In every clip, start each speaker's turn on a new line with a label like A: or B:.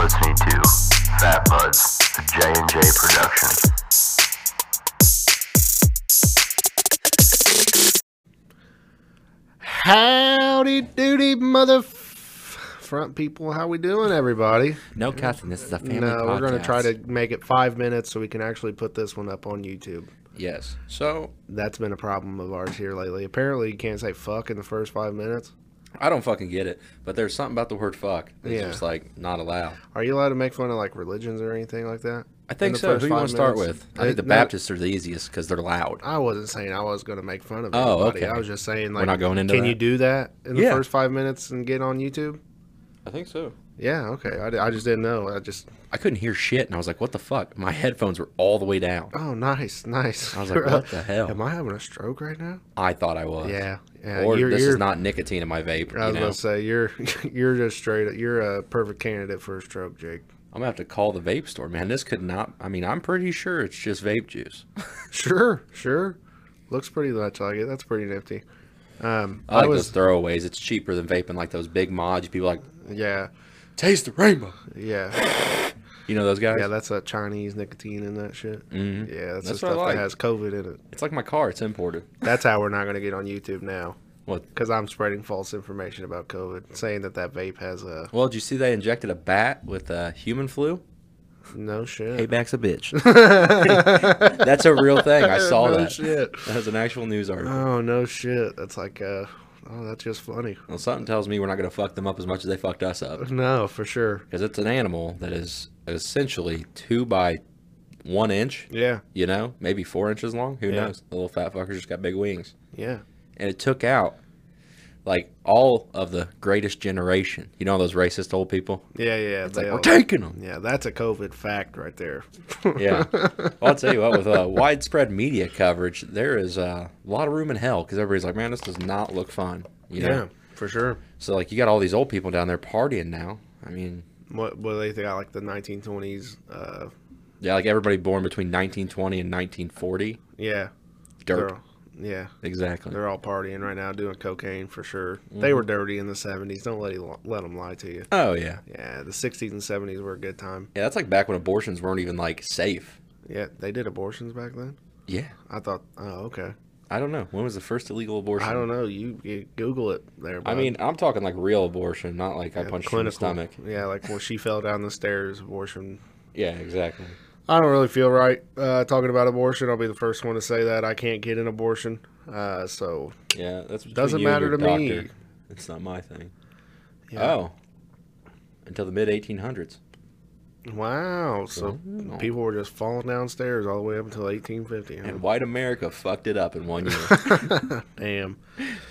A: listening to Fat Buds, a J&J production.
B: Howdy doody mother f- front people. How we doing, everybody?
C: No cussing. This is a family
B: no, we're going to
C: podcast.
B: try to make it five minutes so we can actually put this one up on YouTube.
C: Yes. So
B: That's been a problem of ours here lately. Apparently, you can't say fuck in the first five minutes.
C: I don't fucking get it, but there's something about the word "fuck" that's
B: Yeah.
C: just like not allowed.
B: Are you allowed to make fun of like religions or anything like that?
C: I think
B: the
C: so.
B: first
C: Who you
B: five
C: want to start
B: minutes?
C: with? I think the
B: Uh, no.
C: Baptists are the easiest because they're loud.
B: I wasn't saying I was going to make fun of
C: Oh,
B: anybody.
C: okay.
B: I was just saying like
C: not going into
B: Can
C: that?
B: you do that in the
C: Yeah.
B: first 5 minutes and get on YouTube?
C: I think so.
B: Yeah, okay. I, di- I just didn't know. I just
C: I couldn't hear shit, and I was like, "What the fuck?" My headphones were all the way down.
B: Oh, nice, nice.
C: I was like, "What the hell?"
B: Am I having a stroke right now?
C: I thought I was.
B: Yeah, yeah.
C: Or
B: you're,
C: this
B: you're,
C: is not nicotine in my vape.
B: I
C: You
B: was
C: know?
B: gonna say you're you're just straight. You're a perfect candidate for a stroke, Jake.
C: I'm gonna have to call the vape store, man. This could not. I mean, I'm pretty sure it's just vape juice.
B: Sure, sure. Looks pretty much like it. That's pretty nifty. Um,
C: I
B: I,
C: like
B: was,
C: those throwaways. It's cheaper than vaping like those big mods. People like
B: yeah,
C: taste the rainbow.
B: yeah,
C: You know those guys?
B: yeah. That's that Chinese nicotine in that shit.
C: Mhm.
B: Yeah, that's,
C: That's
B: the
C: what I
B: stuff
C: like.
B: that has COVID in it.
C: It's like my car. It's imported.
B: That's how we're not gonna get on YouTube now.
C: What?
B: Because I'm spreading false information about COVID, saying that that vape has a
C: Well, did you see they injected a bat with uh, human flu?
B: no shit.
C: Payback's a bitch. That's a real thing. I saw
B: No
C: that.
B: shit.
C: That was an actual news article.
B: Oh no shit. That's like uh oh that's just funny.
C: Well, something tells me we're not going to fuck them up as much as they fucked us up.
B: No, for sure.
C: Because it's an animal that is essentially two by one inch,
B: Yeah.
C: you know, maybe four inches long. Who
B: Yeah.
C: knows? The little fat fucker's just got big wings.
B: Yeah.
C: And it took out, like, all of the greatest generation. You know, those racist old people?
B: Yeah, yeah.
C: It's like,
B: they
C: we're
B: all-
C: taking them.
B: yeah, that's a COVID fact right there.
C: Yeah. Well, I'll tell you what, with uh, widespread media coverage, there is uh, a lot of room in hell because everybody's like, man, this does not look fun. You
B: Yeah,
C: know?
B: for sure.
C: So, like, you got all these old people down there partying now. I mean,
B: What what do they think I like the nineteen twenties, uh
C: yeah, like everybody born between 1920 and 1940.
B: yeah.
C: Dirt.
B: They're, all- yeah.
C: Exactly.
B: They're all partying right now doing cocaine for sure.
C: Mm-hmm.
B: They were dirty in the seventies. Don't let him, let them lie to you.
C: Oh, yeah.
B: Yeah, the sixties and seventies were a good time.
C: Yeah, that's like back when abortions weren't even, like, safe.
B: Yeah, they did abortions back then.
C: Yeah.
B: I thought, oh okay.
C: I don't know. When was the first illegal abortion?
B: I don't know. You, you Google it there.
C: I
B: bud.
C: mean, I'm talking like real abortion, not like I
B: Yeah,
C: punched you in the stomach.
B: Yeah, like well, she fell down the stairs. Abortion.
C: Yeah, exactly.
B: I don't really feel right uh, talking about abortion. I'll be the first one to say that I can't get an abortion. Uh, so
C: Yeah, that's between
B: Doesn't
C: you and
B: matter
C: your
B: to
C: doctor.
B: me.
C: It's not my thing.
B: yeah.
C: Oh. Until the mid 1800s.
B: wow. So
C: Wow.
B: people were just falling downstairs all the way up until 1850. huh?
C: And white America fucked it up in one year.
B: damn,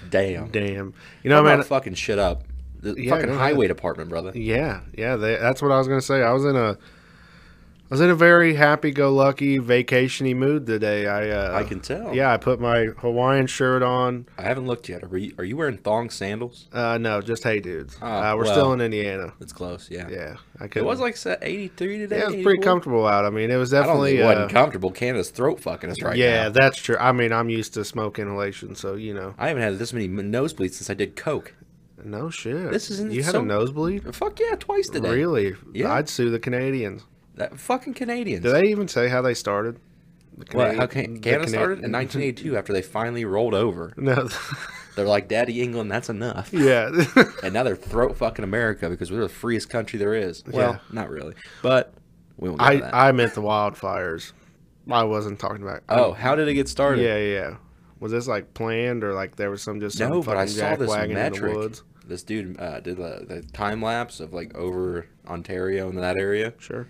C: Damn.
B: damn. You
C: No,
B: know,
C: man.
B: man.
C: fucking shit up. The
B: Yeah,
C: fucking
B: go ahead.
C: highway department, brother.
B: Yeah, yeah. They, that's what I was gonna say. I was in a, I was in a very happy-go-lucky vacation-y mood today. I, uh,
C: I can tell.
B: Yeah, I put my Hawaiian shirt on.
C: I haven't looked yet. Are, we, are you wearing thong sandals?
B: Uh, no, just hey dudes.
C: Oh,
B: uh, we're
C: well.
B: still in Indiana.
C: That's close, yeah.
B: Yeah, I could.
C: It was like se- 83 today.
B: yeah, it was pretty
C: 84?
B: comfortable out. I mean, it was
C: I don't think
B: definitely.
C: it wasn't
B: uh,
C: comfortable. Canada's throat fucking us right
B: yeah,
C: now.
B: that's true. I mean, I'm used to smoke inhalation, so you know,
C: I haven't had this many m- nosebleeds since I did coke.
B: no shit.
C: This isn't
B: You had a
C: so-
B: nosebleed.
C: Fuck yeah, twice today.
B: Really?
C: Yeah.
B: I'd sue the Canadians.
C: That fucking Canadians.
B: Do they even say how they started? The
C: What,
B: Canadi-
C: how
B: the
C: Can- Canada
B: Cana-
C: started in 1982 after they finally rolled over.
B: No.
C: They're like, Daddy England, that's enough.
B: yeah.
C: And now they're throat fucking America because we're the freest country there is. Well,
B: Yeah.
C: not really, but we won't get to that.
B: I I meant the wildfires. I wasn't talking about.
C: oh, how did it get started?
B: Yeah, yeah. Was this like planned or like there was some just some
C: No, but I
B: fucking
C: saw this
B: jackwagon in
C: metric.
B: the woods?
C: This dude uh, did the, the time lapse of like over Ontario and that area,
B: Sure.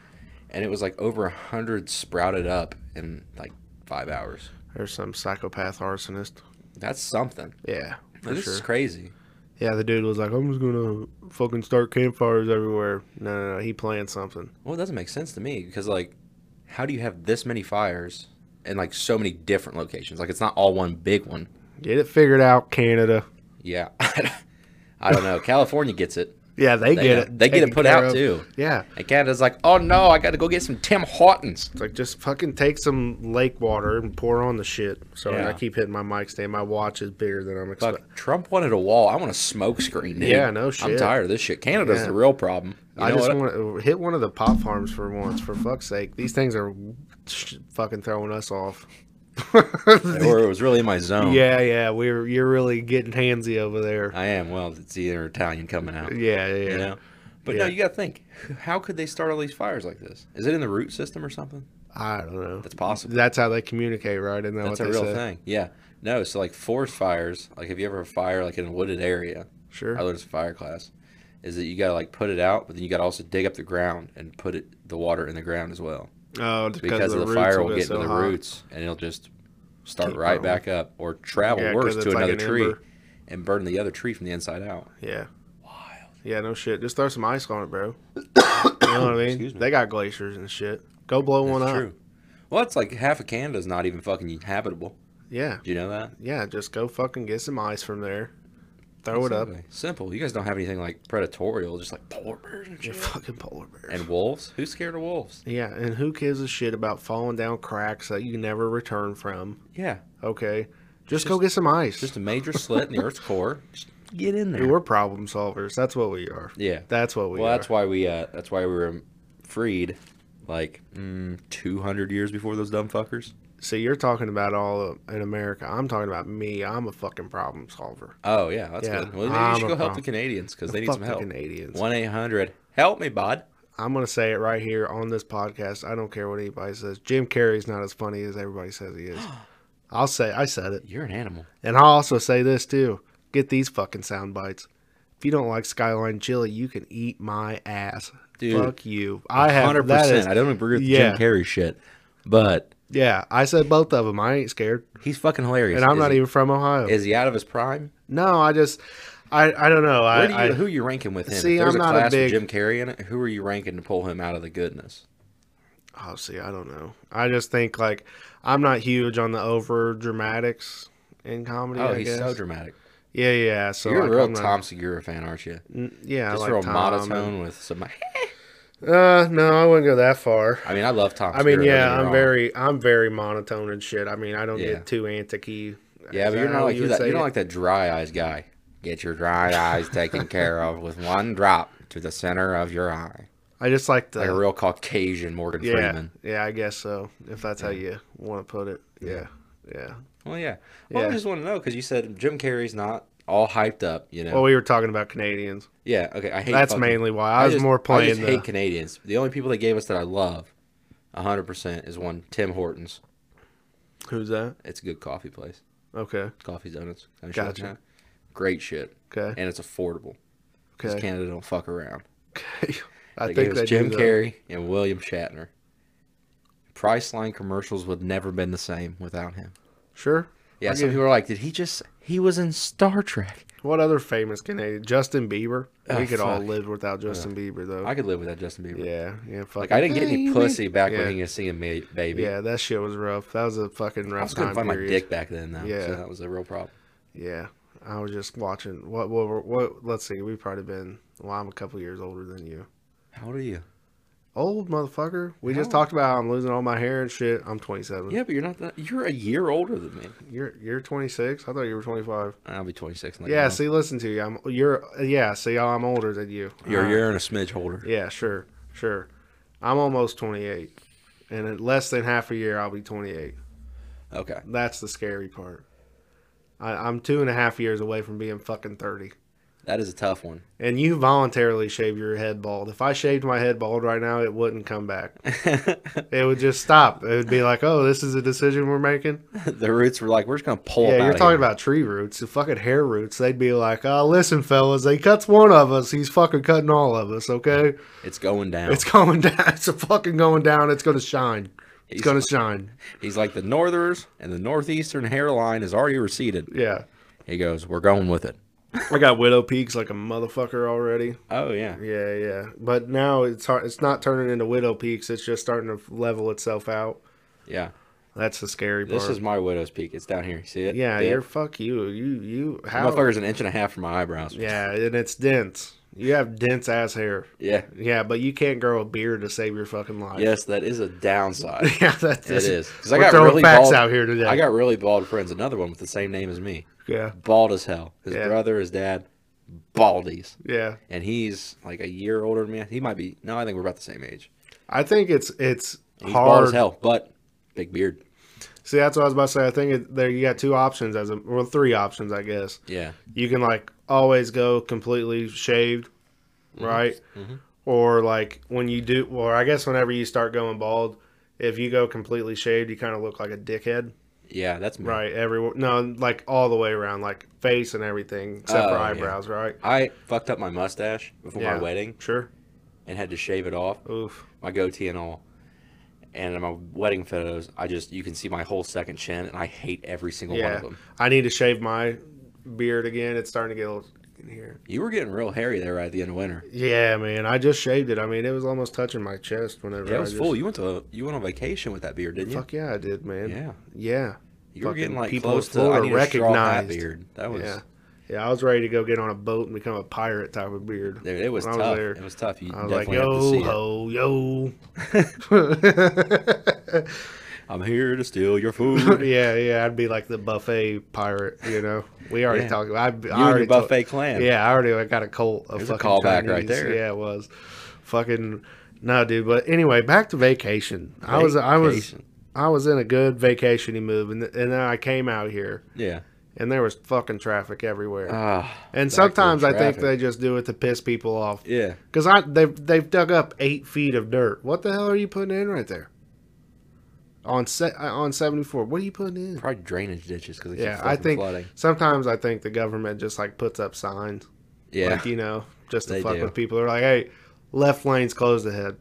C: and it was like over a hundred sprouted up in like five hours.
B: There's some psychopath arsonist.
C: That's something.
B: Yeah, for
C: this
B: sure.
C: is crazy.
B: yeah, the dude was like, "I'm just gonna fucking start campfires everywhere." No, no, no. He planned something.
C: Well, it doesn't make sense to me because like, how do you have this many fires in like so many different locations? Like, it's not all one big one.
B: Get it figured out, Canada.
C: Yeah, I don't know. California gets it.
B: Yeah, they,
C: They
B: get
C: know-
B: it.
C: they get it
B: taken
C: put
B: care
C: out,
B: of.
C: too.
B: Yeah,
C: And Canada's like, oh no, I got to go get some Tim Hortons.
B: it's like just fucking take some lake water and pour on the shit. Sorry,
C: Yeah.
B: I keep hitting my mic stand. My watch is bigger than I'm
C: Fuck,
B: expecting.
C: Trump wanted a wall. I want a smoke screen. Dude.
B: Yeah, no shit.
C: I'm tired of this shit. Canada's
B: Yeah.
C: the real problem. You
B: I
C: know
B: just
C: what?
B: want to hit one of the pop farms for once, for fuck's sake. These things are sh- fucking throwing us off.
C: or it was really in my zone.
B: yeah, yeah, we're you're really getting handsy over there.
C: I am. Well, it's either Italian coming out.
B: Yeah, yeah,
C: You know? But no,
B: Yeah.
C: you got to think. How could they start all these fires like this? Is it in the root system or something?
B: I don't know.
C: That's possible.
B: That's how they communicate, right? Isn't that
C: That's
B: what
C: a
B: they
C: real
B: say?
C: thing. Yeah. No, so like forest fires, like if you ever have a fire like in a wooded area,
B: Sure.
C: I learned this in fire class, is that you got to like put it out, but then you got to also dig up the ground and put it the water in the ground as well.
B: Oh, because,
C: Because
B: the,
C: the,
B: roots
C: fire
B: will
C: will
B: get
C: get
B: so
C: into the
B: hot.
C: roots and it'll just start
B: Keep
C: right
B: going.
C: back up or travel
B: Yeah, 'cause
C: worse to
B: it's like
C: another
B: an
C: tree
B: ember.
C: and burn the other tree from the inside out.
B: Yeah.
C: Wild.
B: Yeah, no shit. Just throw some ice on it, bro. you know what I mean?
C: Excuse me.
B: They got glaciers and shit. Go blow one
C: That's
B: up.
C: true. Well, it's like half of Canada's not even fucking habitable.
B: Yeah.
C: Do you know that?
B: Yeah, just go fucking get some ice from there. Throw it up.
C: Exactly. Simple. You guys don't have anything like predatorial, just like polar bears and
B: You're
C: shit.
B: fucking polar bears.
C: And wolves? Who's scared of wolves?
B: yeah, and who gives a shit about falling down cracks that you never return from?
C: Yeah,
B: Okay. Just, go get some ice.
C: just a major slit in the Earth's core. Just get in there.
B: Dude, we're problem solvers. That's what we are.
C: yeah.
B: That's what we
C: well,
B: are.
C: that's why we. Uh, that's why we were freed, like mm, two hundred years before those dumb fuckers.
B: See, you're talking about all of, in America. I'm talking about me. I'm a fucking problem solver.
C: Oh yeah, that's
B: Yeah,
C: good. Well, maybe
B: I'm
C: you should
B: a
C: go help
B: problem.
C: the Canadians because they need
B: Fuck
C: some
B: the
C: help.
B: Canadians.
C: One eight hundred. Help me, bud.
B: I'm gonna say it right here on this podcast. I don't care what anybody says. Jim Carrey's not as funny as everybody says he is. I'll say I said it,
C: You're an animal.
B: and I'll also say this too. Get these fucking sound bites. If you don't like Skyline Chili, you can eat my ass.
C: Dude,
B: Fuck you. I have
C: Hundred
B: that
C: percent.
B: is
C: I don't agree with the
B: yeah.
C: Jim Carrey shit, but
B: yeah. I said both of them. I ain't scared,
C: he's fucking hilarious.
B: and I'm
C: Is
B: not
C: he-
B: even from Ohio.
C: Is he out of his prime?
B: no, I just I I don't know.
C: Where
B: I,
C: do you,
B: I
C: who you ranking with him?
B: See,
C: if there's
B: I'm
C: a
B: not a
C: class
B: big-
C: with Jim Carrey in it, who are you ranking to pull him out of the goodness?
B: Oh, see, I don't know. I just think like I'm not huge on the over dramatics in comedy.
C: Oh,
B: I
C: he's
B: guess.
C: so dramatic.
B: Yeah, yeah. So
C: You're
B: like,
C: a real
B: I'm not-
C: Tom Segura fan, aren't you?
B: N- yeah,
C: Just
B: I
C: real
B: like Tom.
C: monotone with some.
B: and- Uh, no, I wouldn't go that far.
C: I mean, I love Tom.
B: I mean,
C: Segura, don't get
B: yeah,
C: me
B: I'm
C: wrong.
B: very, I'm very monotone and shit. I mean, I don't
C: Yeah.
B: get too anticky. Is
C: Yeah, but
B: that
C: you're not
B: how
C: like you
B: would
C: that,
B: say
C: you're not
B: it?
C: like that dry eyes guy. Get your dry eyes taken care of with one drop to the center of your eye,
B: I just like the.
C: like a real Caucasian Morgan
B: Uh, yeah,
C: Freeman.
B: yeah, I guess so. If that's how you want to put it. Yeah, yeah.
C: Well, yeah. Well, I
B: Yeah.
C: just want to know because you said Jim Carrey's not all hyped up. You know.
B: Well, we were talking about Canadians.
C: yeah. Okay. I hate.
B: That's
C: fucking-
B: mainly why I was
C: just-
B: more
C: I
B: playing
C: just
B: the.
C: hate Canadians. The only people they gave us that I love, hundred percent, is one Tim Hortons.
B: Who's that?
C: It's a good coffee place.
B: Okay,
C: Coffee donuts. kinda shit like
B: Gotcha.
C: that. Great shit,
B: okay,
C: and it's affordable. Because
B: okay.
C: Canada don't fuck around.
B: okay. I
C: They
B: think
C: gave us
B: they
C: Jim
B: do, though.
C: Carrey and William Shatner. Priceline commercials would never been the same without him.
B: Sure.
C: Yeah,
B: I
C: some
B: get-
C: people are like, did he just? He was in Star Trek.
B: What other famous Canadian? Justin Bieber.
C: Oh,
B: we could all
C: fuck.
B: live without Justin Bieber though.
C: I could live with that Justin Bieber.
B: yeah, yeah. Fuck.
C: Like I didn't get any
B: Baby.
C: pussy back
B: Yeah.
C: when he was singing Ma- "Baby."
B: Yeah, that shit was rough. That was a fucking rough
C: I was gonna
B: time
C: find my
B: period.
C: dick back then, though.
B: Yeah.
C: so that was a real problem.
B: Yeah, I was just watching. What? What? What? Let's see. We've probably been. Well, I'm a couple years older than you.
C: How old are you?
B: Old motherfucker. We just
C: How?
B: talked about how I'm losing all my hair and shit. I'm 27.
C: Yeah, but you're not that. You're a year older than me.
B: You're you're 26. I thought you were 25.
C: I'll be 26. in like a
B: yeah.
C: month.
B: See, listen to you. I'm. You're. Yeah. See, I'm older than you.
C: you're
B: Uh,
C: a year and a smidge older.
B: Yeah, sure, sure. I'm almost 28, and in less than half a year, I'll be 28.
C: Okay.
B: That's the scary part. I, I'm two and a half years away from being fucking 30.
C: That is a tough one.
B: And you voluntarily shave your head bald. If I shaved my head bald right now, it wouldn't come back.
C: the
B: It would just stop. It would be like, oh, this is a decision we're making.
C: roots were like, we're just gonna pull.
B: Yeah,
C: them
B: you're
C: outta
B: talking
C: here.
B: about tree roots, the fucking hair roots. They'd be like, oh, listen, fellas, he cuts one of us. He's fucking cutting all of us, okay?
C: It's going down.
B: It's going down. It's fucking going down. It's going to shine. It's
C: He's-
B: going to shine.
C: He's like the Northerners and the Northeastern hairline is already receded.
B: Yeah.
C: He goes, we're going with it.
B: I got widow peaks like a motherfucker already.
C: Oh yeah.
B: Yeah, yeah. But now it's hard, it's not turning into widow peaks. It's just starting to level itself out.
C: Yeah.
B: That's the scary part.
C: This is my widow's peak. It's down here. You See it?
B: yeah,
C: See it?
B: you're fuck you. You you how?
C: Motherfucker's an inch and a half from my eyebrows.
B: Yeah, and it's dense. You have dense ass hair.
C: Yeah.
B: Yeah, but you can't grow a beard to save your fucking life.
C: Yes, that is a downside.
B: Yeah, that's
C: It is. 'Cause I
B: We're
C: got
B: throwing
C: really
B: facts
C: bald-
B: out here today.
C: I got really bald friends. Another one with the same name as me.
B: yeah,
C: Bald as hell. His
B: Yeah.
C: brother, his dad, baldies,
B: Yeah.
C: and he's like a year older than me. He might be. No, I think we're about the same age.
B: I think it's it's
C: He's bald as
B: hard.
C: hell, but big beard.
B: See, that's what I was about to say. I think it, there you got two options as a well, three options, I guess.
C: Yeah,
B: You can like always go completely shaved,
C: Mm-hmm.
B: right? Or like when you do, or I guess whenever you start going bald, if you go completely shaved, you kind of look like a dickhead,
C: yeah, that's me.
B: right? Every no, like all the way around, like face and everything, except for
C: Oh, yeah.
B: eyebrows, right?
C: I fucked up my mustache before my wedding
B: sure.
C: and had to shave it off,
B: Oof.
C: my goatee and all. And in my wedding photos, I just you can see my whole second chin, and I hate every single one
B: Yeah,
C: of them.
B: I need to shave my beard again. It's starting to get a little in here.
C: You were getting real hairy there right at the end of winter.
B: Yeah, man. I just shaved it. I mean, it was almost touching my chest whenever
C: Yeah, it
B: I
C: was
B: just,
C: full. You went to you went on vacation with that beard, didn't you?
B: Fuck yeah, I did, man.
C: Yeah.
B: Yeah.
C: You were getting
B: Fucking
C: like
B: people
C: close
B: of
C: to I
B: Florida
C: need a straw hat
B: recognized.
C: beard. That was
B: Yeah. Yeah, I was ready to go get on a boat and become a pirate type of beard.
C: dude, it was
B: When I
C: tough.
B: was there,
C: it was tough. You
B: I was like,
C: definitely
B: yo
C: have to see
B: ho, yo.
C: it. I'm here to steal your food.
B: yeah, yeah, I'd be like the buffet pirate, you know. We already
C: Yeah.
B: talked about I,
C: you
B: I
C: and
B: already
C: your
B: told-
C: buffet clan.
B: Yeah, I already got a cult of
C: There's a
B: fucking
C: callback
B: Chinese.
C: right there.
B: Yeah, it was. Fucking no, dude. But anyway, back to vacation. I was I was
C: Vacation.
B: I was in a good vacationing move, and th- and then I came out here,
C: Yeah.
B: and there was fucking traffic everywhere.
C: Ah,
B: and
C: back to
B: sometimes I think
C: traffic.
B: they just do it to piss people off.
C: Yeah.
B: Cause I they've they've dug up eight feet of dirt. What the hell are you putting in right there? On se- uh, on seventy four, what are you putting in?
C: Probably drainage ditches because
B: Yeah, I think
C: flooding.
B: sometimes I think the government just like puts up signs
C: Yeah.
B: like, you know, just to
C: They
B: fuck
C: do.
B: with people. They're like, hey, left lane's closed ahead.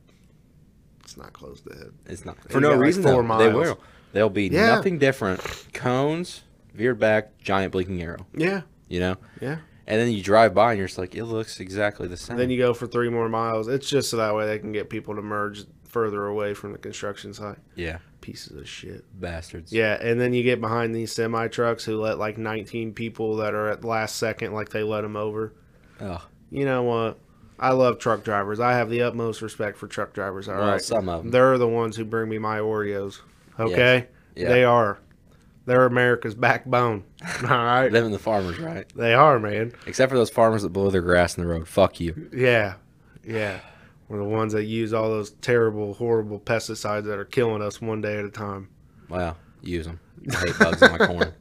B: It's not closed ahead.
C: It's not
B: They
C: for no
B: got, like,
C: reason.
B: four
C: though.
B: miles.
C: They will. They'll be
B: Yeah.
C: nothing different. Cones, veered back, giant blinking arrow.
B: Yeah,
C: You know,
B: yeah.
C: and then you drive by and you're just like, it looks exactly the same.
B: And then you go for three more miles. It's just so that way they can get people to merge further away from the construction site.
C: yeah,
B: Pieces of shit.
C: bastards.
B: Yeah, and then you get behind these semi trucks who let like 19 people that are at last second, like they let them over.
C: Ugh.
B: You know what? I love truck drivers. I have the utmost respect for truck drivers. All
C: Well,
B: right.
C: some of 'em.
B: They're the ones who bring me my Oreos. Okay?
C: Yeah.
B: They are. They're America's backbone. All right.
C: Them and the farmers, right?
B: they are, man.
C: Except for those farmers that blow their grass in the road. Fuck you.
B: Yeah. Yeah. We're the ones that use all those terrible, horrible pesticides that are killing us one day at a time.
C: Wow. Use them. I hate bugs in my corn.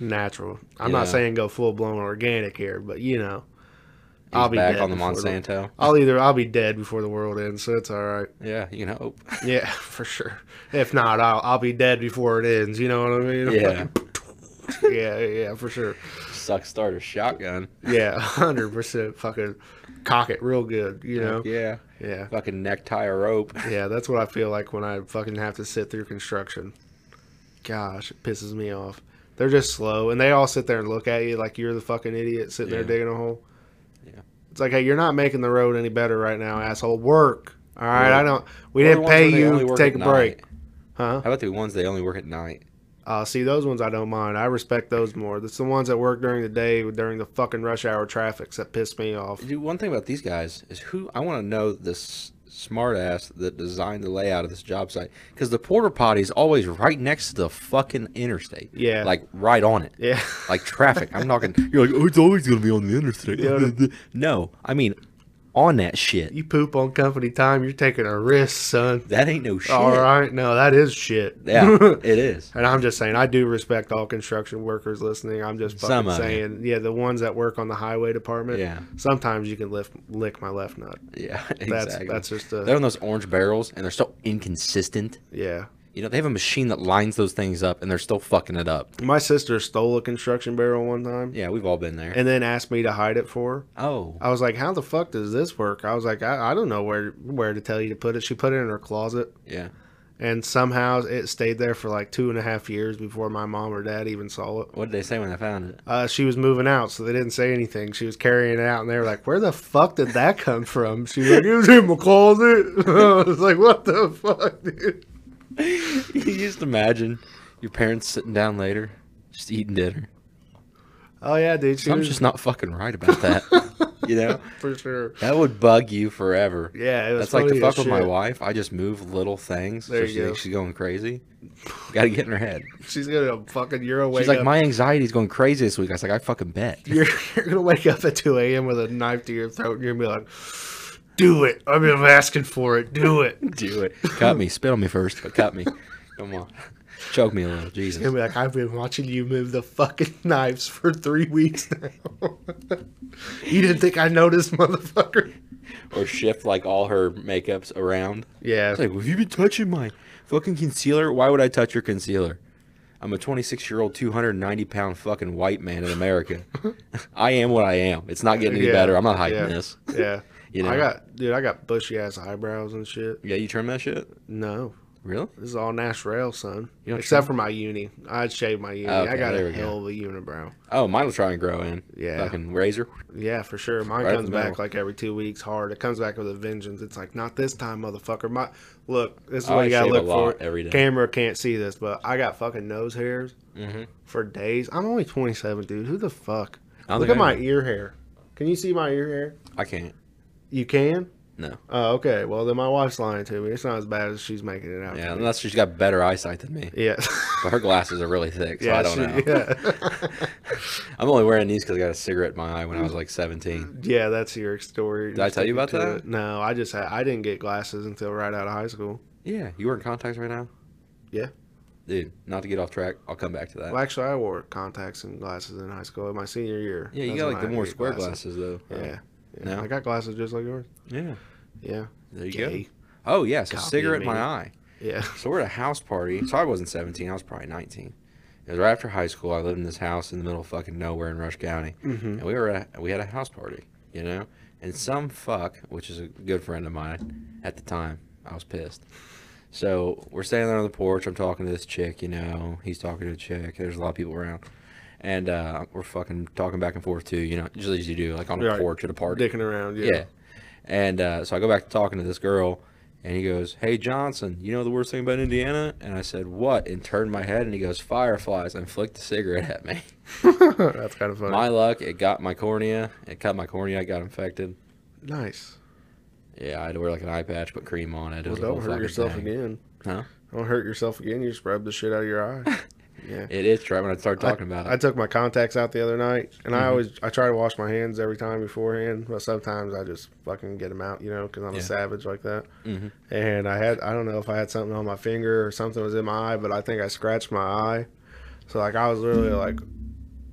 B: Natural. I'm
C: Yeah.
B: not saying go full blown organic here, but you know. I'll
C: He's
B: be
C: back
B: dead
C: on the
B: before the-
C: Monsanto.
B: I'll either I'll be dead before the world ends, so it's all right.
C: Yeah, you can hope.
B: Yeah, for sure. If not, I'll I'll be dead before it ends. You know what I mean?
C: Yeah.
B: yeah, yeah, for sure.
C: Suck starter shotgun.
B: Yeah, hundred percent. Fucking cock it real good. You know?
C: Yeah.
B: Yeah,
C: Fucking necktie a rope.
B: yeah. That's what I feel like when I fucking have to sit through construction. Gosh, it pisses me off. They're just slow, and they all sit there and look at you like you're the fucking idiot sitting
C: Yeah.
B: there digging a hole.
C: Yeah.
B: It's like, hey, you're not making the road any better right now, asshole. Work. All right, I don't. We
C: What are the
B: didn't
C: ones
B: pay
C: where they only
B: you to
C: work
B: take a
C: at
B: break,
C: night?
B: huh?
C: How about the ones they only work at night?
B: Uh, see, those ones I don't mind. I respect those more. That's the ones that work during the day during the fucking rush hour traffic that piss me off.
C: Dude, one thing about these guys is who I want to know this smart ass that designed the layout of this job site because the porta potty is always right next to the fucking interstate.
B: Yeah.
C: Like right on it.
B: Yeah.
C: Like traffic. I'm talking. You're like, oh, it's always gonna be on the interstate. no, I mean, on that shit.
B: You poop on company time, you're taking a risk, son.
C: That ain't no shit.
B: All right. No, that is shit.
C: Yeah, it is.
B: and I'm just saying, I do respect all construction workers listening. I'm just fucking
C: Some of it.
B: saying, yeah, the ones that work on the highway department.
C: Yeah.
B: Sometimes you can lift, lick my left nut.
C: Yeah, exactly.
B: That's that's uh, just a
C: They're on those orange barrels, and they're so inconsistent.
B: yeah.
C: You know, they have a machine that lines those things up, and they're still fucking it up.
B: My sister stole a construction barrel one time,
C: Yeah, we've all been there.
B: and then asked me to hide it for her.
C: oh,
B: I was like, "How the fuck does this work?" I was like, "I, I don't know where where to tell you to put it." She put it in her closet,
C: yeah.
B: and somehow it stayed there for like two and a half years before my mom or dad even saw it.
C: What did they say when I found it?
B: Uh, she was moving out, so they didn't say anything. She was carrying it out, and they were like, "Where the fuck did that come from?" She's like, "It was in my closet." I was like, "What the fuck, dude?"
C: you just imagine your parents sitting down later, just eating dinner.
B: Oh yeah, dude. She
C: I'm
B: was-
C: just not fucking right about that. you know,
B: for sure.
C: that would bug you forever.
B: Yeah, it was
C: That's like the
B: funny as
C: fuck with my
B: shit.
C: wife. I just move little things.
B: There
C: so she
B: you go.
C: thinks she's going crazy. Got to get in her head.
B: She's gonna fucking. You're gonna wake
C: she's like,
B: up.
C: my anxiety's going crazy this week. I was like, I fucking bet.
B: You're, you're gonna wake up at 2 a.m. with a knife to your throat, and you're gonna be like, "Do it! I've been asking for it. Do it."
C: Do it. Cut me. Spit on me first, but cut me. Come on. Choke me a little. Jesus.
B: And be like, I've been watching you move the fucking knives for three weeks now. you didn't think I noticed, motherfucker?
C: Or shift like all her makeups around.
B: Yeah.
C: It's like, have you been touching my fucking concealer? Why would I touch your concealer? I'm a 26 year old, 290 pound fucking white man in America. I am what I am. It's not getting any
B: Yeah,
C: better. I'm not hiding
B: yeah.
C: this.
B: yeah.
C: You know.
B: I got, dude, I got bushy ass eyebrows and shit.
C: Yeah, you trim that shit?
B: No,
C: Really?
B: this is all natural, son.
C: You don't
B: Except
C: trim?
B: for my uni. I'd shave my uni.
C: Okay,
B: I got
C: there
B: a
C: we go.
B: hell of a unibrow.
C: Oh, mine will try and grow in.
B: Yeah.
C: Fucking razor.
B: Yeah, for sure. Mine
C: Right up
B: comes
C: the
B: back
C: middle.
B: like every two weeks hard. It comes back with a vengeance. It's like, not this time, motherfucker. My look, this is
C: I
B: what you gotta
C: shave a
B: look
C: lot
B: for.
C: every day.
B: Camera can't see this, but I got fucking nose hairs
C: Mm-hmm.
B: for days. I'm only 27, dude. Who the fuck?
C: I don't
B: Look
C: think
B: at
C: I
B: my
C: know.
B: ear hair. Can you see my ear hair?
C: I can't.
B: You can?
C: No.
B: Oh, okay. Well, then my wife's lying to me. It's not as bad as she's making it out.
C: Yeah,
B: Yeah.
C: unless she's got better eyesight than me.
B: Yeah.
C: But her glasses are really thick, so
B: yeah,
C: I don't know.
B: she- yeah.
C: I'm only wearing these because I got a cigarette in my eye when I was like 17.
B: Yeah, that's your story.
C: Did I tell you about
B: Sticking to
C: that?
B: it. No, I just had, I didn't get glasses until right out of high school.
C: Yeah, you wearing contacts right now?
B: Yeah.
C: Dude, not to get off track. I'll come back to that.
B: Well, actually, I wore contacts and glasses in high school in my senior year.
C: yeah, you
B: That's
C: got
B: when
C: like the
B: I
C: more
B: get
C: square glasses, though.
B: Yeah. yeah.
C: No?
B: I got glasses just like yours.
C: Yeah.
B: Yeah.
C: There you
B: Gay.
C: go. Oh, yeah. So
B: Copy
C: cigarette in
B: me.
C: my eye.
B: Yeah.
C: So we're at a house party. So I wasn't 17. I was probably 19. It was right after high school. I lived in this house in the middle of fucking nowhere in Rush County.
B: Mhm.
C: And we were at, we had a house party, you know? And some fuck, which is a good friend of mine at the time, I was pissed. So we're standing there on the porch. I'm talking to this chick, you know. He's talking to a chick. There's a lot of people around. And uh, we're fucking talking back and forth too, you know, usually as you do, like on a
B: Right.
C: porch at a party.
B: Dicking around. Yeah.
C: Yeah. And uh, so I go back to talking to this girl, and he goes, Hey, Johnson, you know the worst thing about Indiana? And I said, What? And turned my head, and he goes, Fireflies, and flicked a cigarette at me.
B: that's kind of funny.
C: my luck, it got my cornea. It cut my cornea. I got infected.
B: nice.
C: Yeah, I had to wear like an eye patch, put cream on it. it
B: Well,
C: was a
B: don't
C: whole
B: hurt
C: fucking
B: yourself
C: thing.
B: again.
C: Huh?
B: Don't hurt yourself again. You just rub the shit out of your eye. Yeah.
C: It itched right when I started talking about it.
B: I took my contacts out the other night, and
C: mm-hmm.
B: I always I try to wash my hands every time beforehand, but sometimes I just fucking get them out, you know, because I'm
C: Yeah.
B: a savage like that.
C: Mhm.
B: And I had I don't know if I had something on my finger or something was in my eye, but I think I scratched my eye. So like I was literally like,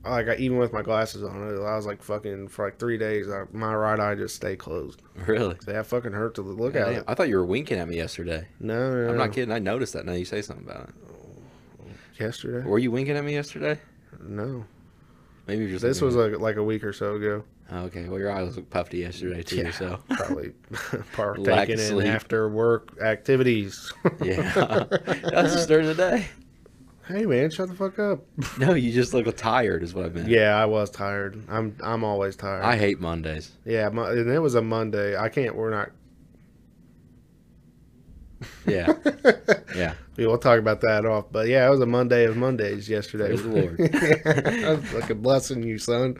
B: like I, even with my glasses on, I was like fucking for like three days. I, my right eye just stayed closed.
C: really?
B: That fucking hurt to look at
C: Damn,
B: it.
C: I thought you were winking at me yesterday.
B: No, no,
C: I'm
B: no.
C: not kidding. I noticed that. Now you say something about it.
B: yesterday.
C: Were you winking at me yesterday?
B: No,
C: Maybe you were just.
B: this
C: looking
B: was
C: at-
B: like like a week or so ago.
C: okay. Well, your eye was puffy yesterday too.
B: Yeah.
C: So
B: probably
C: Lack
B: partaking
C: of
B: in
C: sleep.
B: after work activities.
C: Yeah. that was just during the day.
B: hey man, shut the fuck up.
C: No, you just look tired, is what I meant.
B: Yeah, I was tired. I'm I'm always tired.
C: I hate Mondays.
B: yeah, Mo- and it was a Monday. I can't. We're not.
C: Yeah. Yeah.
B: we will talk about that off. But yeah, it was a Monday of Mondays yesterday.
C: Praise the Lord.
B: I was fucking blessing you, son.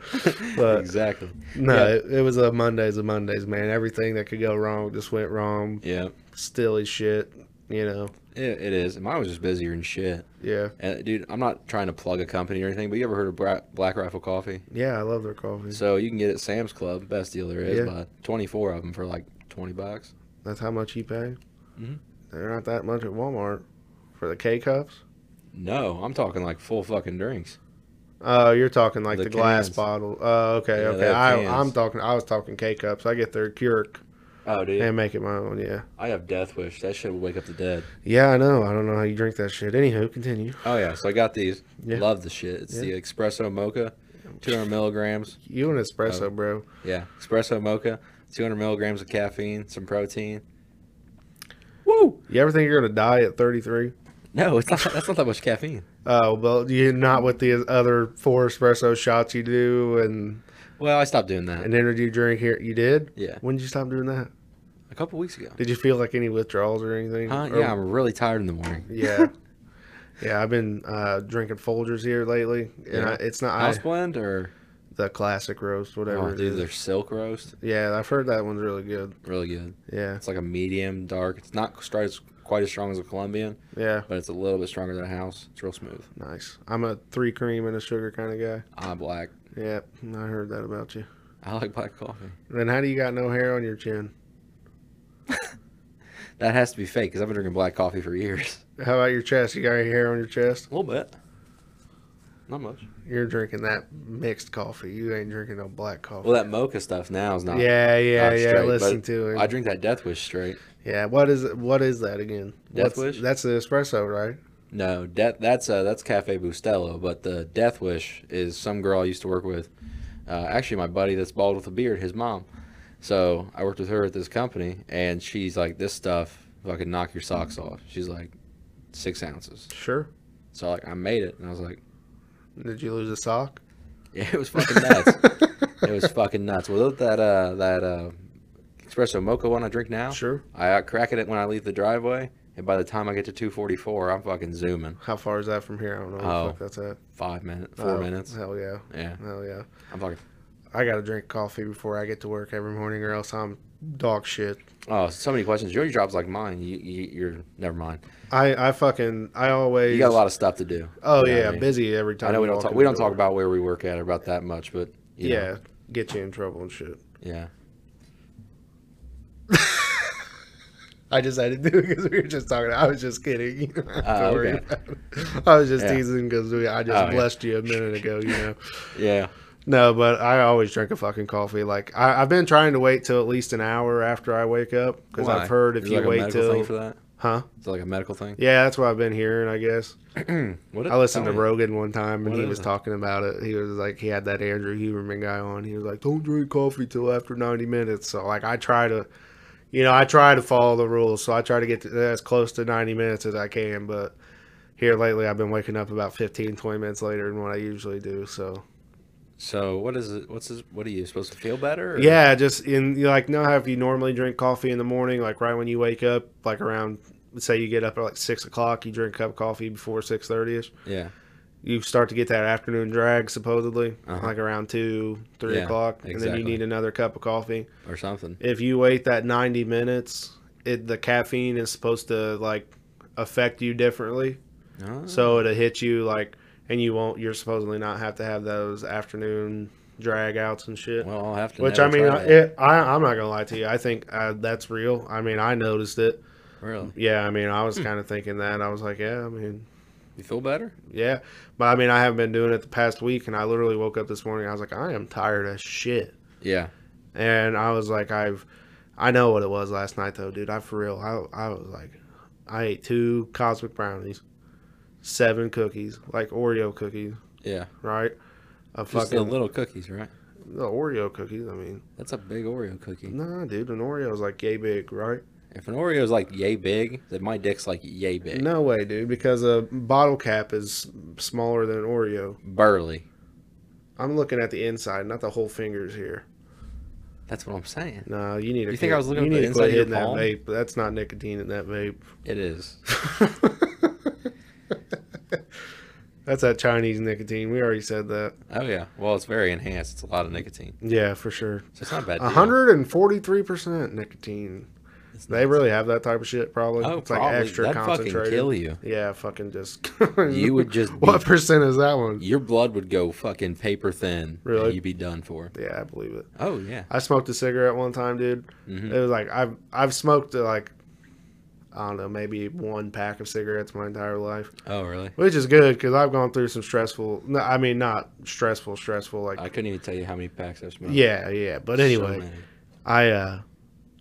B: But
C: exactly.
B: no,
C: Yeah.
B: it, it was a Mondays of Mondays, man. Everything that could go wrong just went wrong.
C: Yeah.
B: Still as shit. You know.
C: It, it is. Mine was just busier and shit.
B: Yeah.
C: Uh, dude, I'm not trying to plug a company or anything, but you ever heard of Bra- Black Rifle Coffee?
B: Yeah, I love their coffee.
C: So you can get it at Sam's Club, best deal there is,
B: Yeah.
C: but 24 of them for like 20 bucks.
B: That's how much you pay.
C: Mhm.
B: They're not that much at Walmart for the K cups.
C: No, I'm talking like full fucking drinks.
B: Oh, you're talking like
C: The
B: the, glass
C: cans.
B: bottle. Oh, okay,
C: Yeah,
B: okay.
C: they have
B: I,
C: cans.
B: I'm talking. I was talking K cups. I get their Keurig
C: Oh, dude.
B: and make it my own. Yeah,
C: I have Death Wish. That shit will wake up the dead.
B: yeah. I know. I don't know how you drink that shit. Anywho, continue.
C: Oh, yeah. So I got these.
B: Yeah.
C: Love the shit. It's
B: Yeah.
C: the espresso mocha, 200 milligrams.
B: You an
C: Oh.
B: espresso, bro?
C: Yeah, espresso mocha, 200 milligrams of caffeine, some protein. Woo!
B: You ever think you're gonna die at 33?
C: No, it's not. That's not that much caffeine.
B: Oh well, you're not with the other four espresso shots you do and
C: Well, I stopped doing that
B: an energy drink here. You did?
C: Yeah.
B: When did you stop doing that?
C: a couple weeks ago.
B: Did you feel like any withdrawals or anything?
C: Huh?
B: Or-
C: Yeah, I'm really tired in the morning.
B: yeah. Yeah, I've been uh, drinking Folgers here lately, and
C: Yeah.
B: I, it's not. I,
C: House blend or
B: the classic roast, whatever.
C: Oh,
B: it
C: dude,
B: is.
C: their silk roast,
B: Yeah, I've heard that one's really good.
C: really good.
B: Yeah,
C: It's like a medium dark. It's not stri- it's quite as strong as a Colombian,
B: yeah,
C: but it's a little bit stronger than a house. It's real smooth.
B: nice. I'm a three cream and a sugar kind of
C: I black.
B: guy. Yeah, I heard that about you.
C: I like black coffee.
B: Then how do you got no hair on your chin?
C: That has to be fake because I've been drinking black coffee for years.
B: How about your chest? You got any hair on your chest?
C: A little bit. Not much.
B: You're drinking that mixed coffee. You ain't drinking no black coffee.
C: Well, that mocha stuff now is not.
B: yeah, yeah,
C: not
B: yeah.
C: straight,
B: listen
C: but
B: to it.
C: I drink that Death Wish straight.
B: yeah, what is what is that again? What's-
C: Death Wish?
B: That's the espresso, right?
C: No, death. That's uh, that's Cafe Bustelo. But the Death Wish is some girl I used to work with. Uh, actually, my buddy that's bald with a beard, his mom. So I worked with her at this company, and she's like, "This stuff fucking knock your socks off." She's like, six ounces.
B: Sure.
C: So like, I made it, and I was like,
B: Did you lose a sock?
C: "Yeah, it was fucking nuts. it was fucking nuts." Well, that uh, that uh, espresso mocha one I drink now,
B: Sure.
C: I uh, crack it when I leave the driveway, and by the time I get to 244, I'm fucking zooming.
B: How far is that from here? I don't know. where the
C: Oh,
B: fuck that's at.
C: Five minutes, four
B: Oh,
C: minutes.
B: Hell yeah.
C: Yeah,
B: Hell yeah.
C: I'm fucking.
B: I gotta drink coffee before I get to work every morning, or else I'm dog shit.
C: Oh, so many questions. Your job's like mine. You, you, you're never mind.
B: I I fucking I always.
C: You got a lot of stuff to do.
B: oh
C: you know what
B: yeah,
C: I mean?
B: busy every time.
C: I know we
B: you
C: don't
B: walk
C: talk.
B: in
C: We
B: the
C: don't talk
B: door.
C: about where we work at or about that much, but you know,
B: yeah, get you in trouble and shit.
C: yeah.
B: I just had to do it because we were just talking. I was just kidding. You don't have to
C: Ah,
B: worry
C: okay.
B: about it. I was just
C: Yeah.
B: teasing because I just
C: Oh, yeah.
B: blessed you a minute ago. You know.
C: yeah,
B: No, but I always drink a fucking coffee. Like I, I've been trying to wait till at least an hour after I wake up because
C: Why?
B: I've heard if
C: Is it
B: you
C: like a
B: wait
C: medical thing for
B: till,
C: that,
B: huh?
C: it's like a medical thing.
B: Yeah, that's what I've been hearing. I guess
C: What
B: I listened to
C: tell me.
B: Rogan one time and
C: What
B: he
C: is
B: was
C: it?
B: talking about it. He was like, he had that Andrew Huberman guy on. He was like, don't drink coffee till after ninety minutes. So like, I try to, you know, I try to follow the rules. So I try to get to, as close to ninety minutes as I can. But here lately, I've been waking up about 15, 20 minutes later than what I usually do. So
C: So what is it? What's this, what are you supposed to feel better? or-
B: Yeah, just in you know, like know how if you normally drink coffee in the morning, like right when you wake up, like around let's say you get up at like six o'clock, you drink a cup of coffee before six thirty ish.
C: yeah,
B: You start to get that afternoon drag supposedly,
C: Uh-huh.
B: like around two, three
C: Yeah,
B: o'clock, and then
C: exactly.
B: you need another cup of coffee.
C: or something.
B: If you wait that ninety minutes, it the caffeine is supposed to like affect you differently,
C: Oh,
B: so it'll hit you like, and you won't. You're supposedly not have to have those afternoon drag outs and shit.
C: Oh, well, I'll have to.
B: Which I
C: never
B: mean, uh,
C: try
B: I-
C: that.
B: it, I, I'm not gonna lie to you. I think uh, that's real. I mean, I noticed it.
C: really,
B: Yeah, I mean, I
C: Hmm.
B: was kind of thinking that. I was like, yeah, I mean,
C: you feel better?
B: yeah, but I mean, I haven't been doing it the past week, and I literally woke up this morning. I was like, I am tired as shit,
C: Yeah,
B: and I was like, I've, I know what it was last night though, dude. I for real, I, I was like, I ate two cosmic brownies, seven cookies, like Oreo cookies,
C: yeah.
B: right? A
C: Just the
B: fucking
C: little cookies, right?
B: the Oreo cookies. I mean,
C: That's a big Oreo cookie.
B: nah, dude, an Oreo is like yay big, right?
C: If an Oreo is like yay big, then my dick's like yay big.
B: No way, dude, because a bottle cap is smaller than an Oreo.
C: Burly.
B: I'm looking at the inside, not the whole fingers here.
C: That's what I'm saying.
B: No, you need to
C: You think I was looking
B: you
C: at
B: need to
C: the
B: quit
C: inside of
B: hitting
C: your
B: that
C: palm?
B: vape. That's not nicotine in that vape.
C: It is.
B: That's that Chinese nicotine. We already said that.
C: Oh yeah. Well, it's very enhanced. It's a lot of nicotine.
B: Yeah, for sure.
C: So it's not a bad. deal.
B: 143% nicotine.
C: It's
B: They
C: nuts.
B: really have that type of shit, probably.
C: Oh,
B: it's
C: probably.
B: like extra
C: That'd
B: concentrated.
C: fucking kill you.
B: Yeah, fucking just.
C: You would just. Be,
B: what percent is that one?
C: Your blood would go fucking paper thin.
B: Really?
C: and You'd be done for.
B: Yeah, I believe it.
C: Oh yeah.
B: I smoked a cigarette one time, dude.
C: Mhm.
B: It was like I've I've smoked uh, like I don't know, maybe one pack of cigarettes my entire life,
C: Oh really?
B: which is good because I've gone through some stressful. No, I mean not stressful, stressful like
C: I couldn't even tell you how many packs I've smoked.
B: yeah, yeah. But
C: So
B: anyway,
C: many.
B: I uh,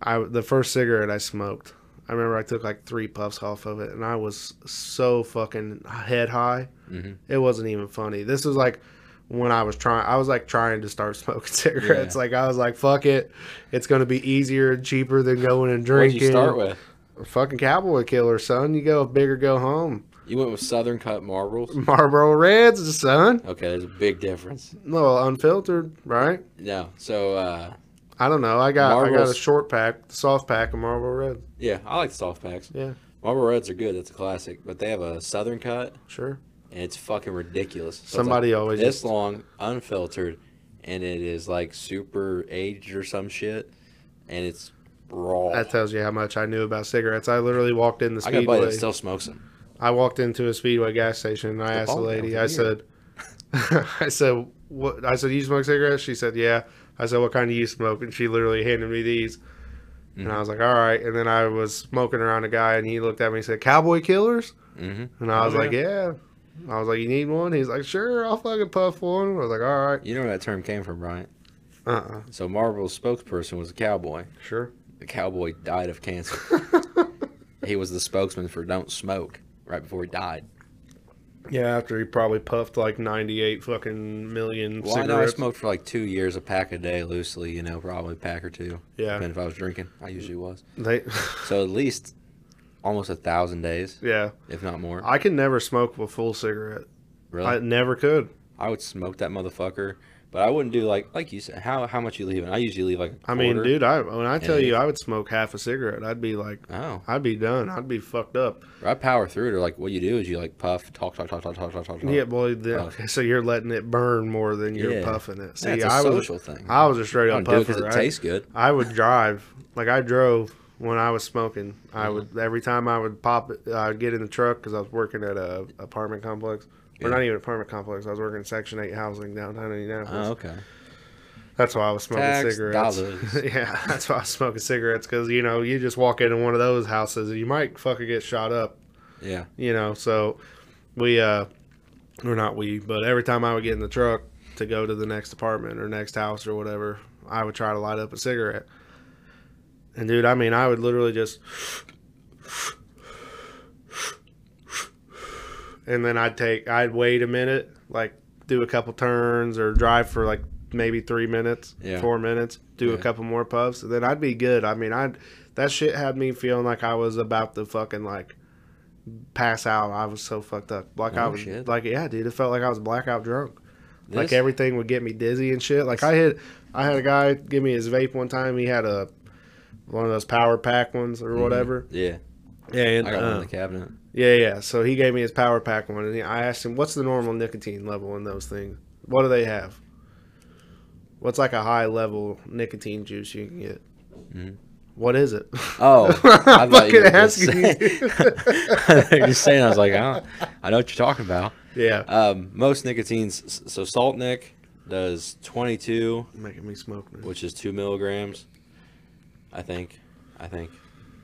B: I the first cigarette I smoked, I remember I took like three puffs off of it, and I was so fucking head high.
C: Mhm.
B: It wasn't even funny. This was like when I was trying. I was like trying to start smoking cigarettes. Like I was like, fuck it, it's gonna be easier and cheaper than going and
C: What'd
B: drinking.
C: you start with?
B: Fucking cowboy killer, son. You go big or go home.
C: You went with Southern Cut Marlboros.
B: Marlboro Reds, son.
C: Okay, there's a big difference.
B: Well, unfiltered, right?
C: No, so uh,
B: I don't know. I got I got a
C: Marlboro's-
B: short pack, soft pack of Marlboro Red.
C: yeah, I like the soft packs.
B: Yeah.
C: Marlboro Reds are good. That's a classic, but they have a Southern Cut,
B: Sure.
C: and it's fucking ridiculous. So it's like
B: Somebody always
C: this long, unfiltered, and it is like super aged or some shit, and it's raw.
B: That tells you how much I knew about cigarettes. I literally walked in the
C: I got a buddy
B: speedway.
C: that still smokes them.
B: I walked into a Speedway gas station and I
C: the
B: asked the
C: bald guy
B: lady, I
C: with the
B: said, I said, what? I said, you smoke cigarettes? She said, yeah. I said, what kind do you smoke? And she literally handed me these. And I
C: Mm-hmm.
B: was like, all right. And then I was smoking around a guy and he looked at me and said, Cowboy Killers?
C: hmm
B: And I
C: Oh,
B: was like, yeah. I was like, you need one? He's like, sure, I'll fucking puff one. I was like, all right.
C: You know where that term came from, right?
B: Uh uh
C: So Marvel's spokesperson was a cowboy.
B: Sure.
C: The cowboy died of cancer. he was the spokesman for "Don't Smoke" right before he died.
B: Yeah, after he probably puffed like 98 fucking million
C: Well, I know I
B: cigarettes.
C: smoked for like two years, a pack a day, loosely. You know, probably a pack or two.
B: yeah.
C: Depending if I was drinking, I usually was.
B: They,
C: So at least almost a thousand days,
B: yeah.
C: if not more.
B: I can never smoke a full cigarette.
C: Really,
B: I never could.
C: I would smoke that motherfucker, but I wouldn't do like like you said. How how much you leaving? I usually leave like. I
B: I mean, dude, I when I tell
C: Yeah.
B: you I would smoke half a cigarette, I'd be like,
C: Oh,
B: I'd be done. I'd be fucked up.
C: I power through it. Or like what you do is you like puff, talk, talk, talk, talk, talk, talk, talk. talk.
B: Yeah, boy. Then,
C: Oh.
B: So you're letting it burn more than you're
C: Yeah.
B: puffing it. See,
C: Yeah, it's a
B: I was,
C: social thing. I
B: I was a straight up
C: don't do it
B: puffer.
C: because it
B: right?
C: tastes good.
B: I would drive. Like I drove when I was smoking. I
C: Mm-hmm.
B: would every time I would pop it. I would get in the truck because I was working at a apartment complex.
C: Yeah.
B: Or not even apartment complex. I was working in Section Eight housing downtown Indianapolis.
C: Oh, okay.
B: That's why I was smoking
C: Tax
B: cigarettes.
C: dollars.
B: yeah, that's why I was smoking cigarettes because you know you just walk into one of those houses and you might fucking get shot up.
C: Yeah.
B: You know, so we uh, or not we, but every time I would get in the truck to go to the next apartment or next house or whatever, I would try to light up a cigarette. And dude, I mean, I would literally just. And then I'd take, I'd wait a minute, like do a couple turns or drive for like maybe three minutes,
C: Yeah.
B: four minutes, do a
C: Yeah.
B: couple more puffs, and then I'd be good. I mean, I'd, that shit had me feeling like I was about to fucking like pass out. I was so fucked up. Like I
C: Oh,
B: was,
C: shit.
B: like, yeah, dude, it felt like I was blackout drunk. Like
C: This-
B: everything would get me dizzy and shit. Like I hit, I had a guy give me his vape one time. He had a one of those power pack ones or whatever.
C: Yeah.
B: Yeah, and,
C: Mm-hmm. I got one in
B: uh,
C: the cabinet.
B: yeah, yeah. So he gave me his power pack one, and he, I asked him, "What's the normal nicotine level in those things? What do they have? What's like a high level nicotine juice you can get?
C: Mhm.
B: What is it?
C: Oh,
B: I'm
C: thought you
B: fucking
C: were just
B: asking
C: saying-
B: you.
C: I thought you were just saying, I was like, I, don't, I know what you're talking about.
B: yeah,
C: Um, most nicotines, s- so Salt Nick does 22,
B: making me smoke. man.
C: which is two milligrams, I think. I think.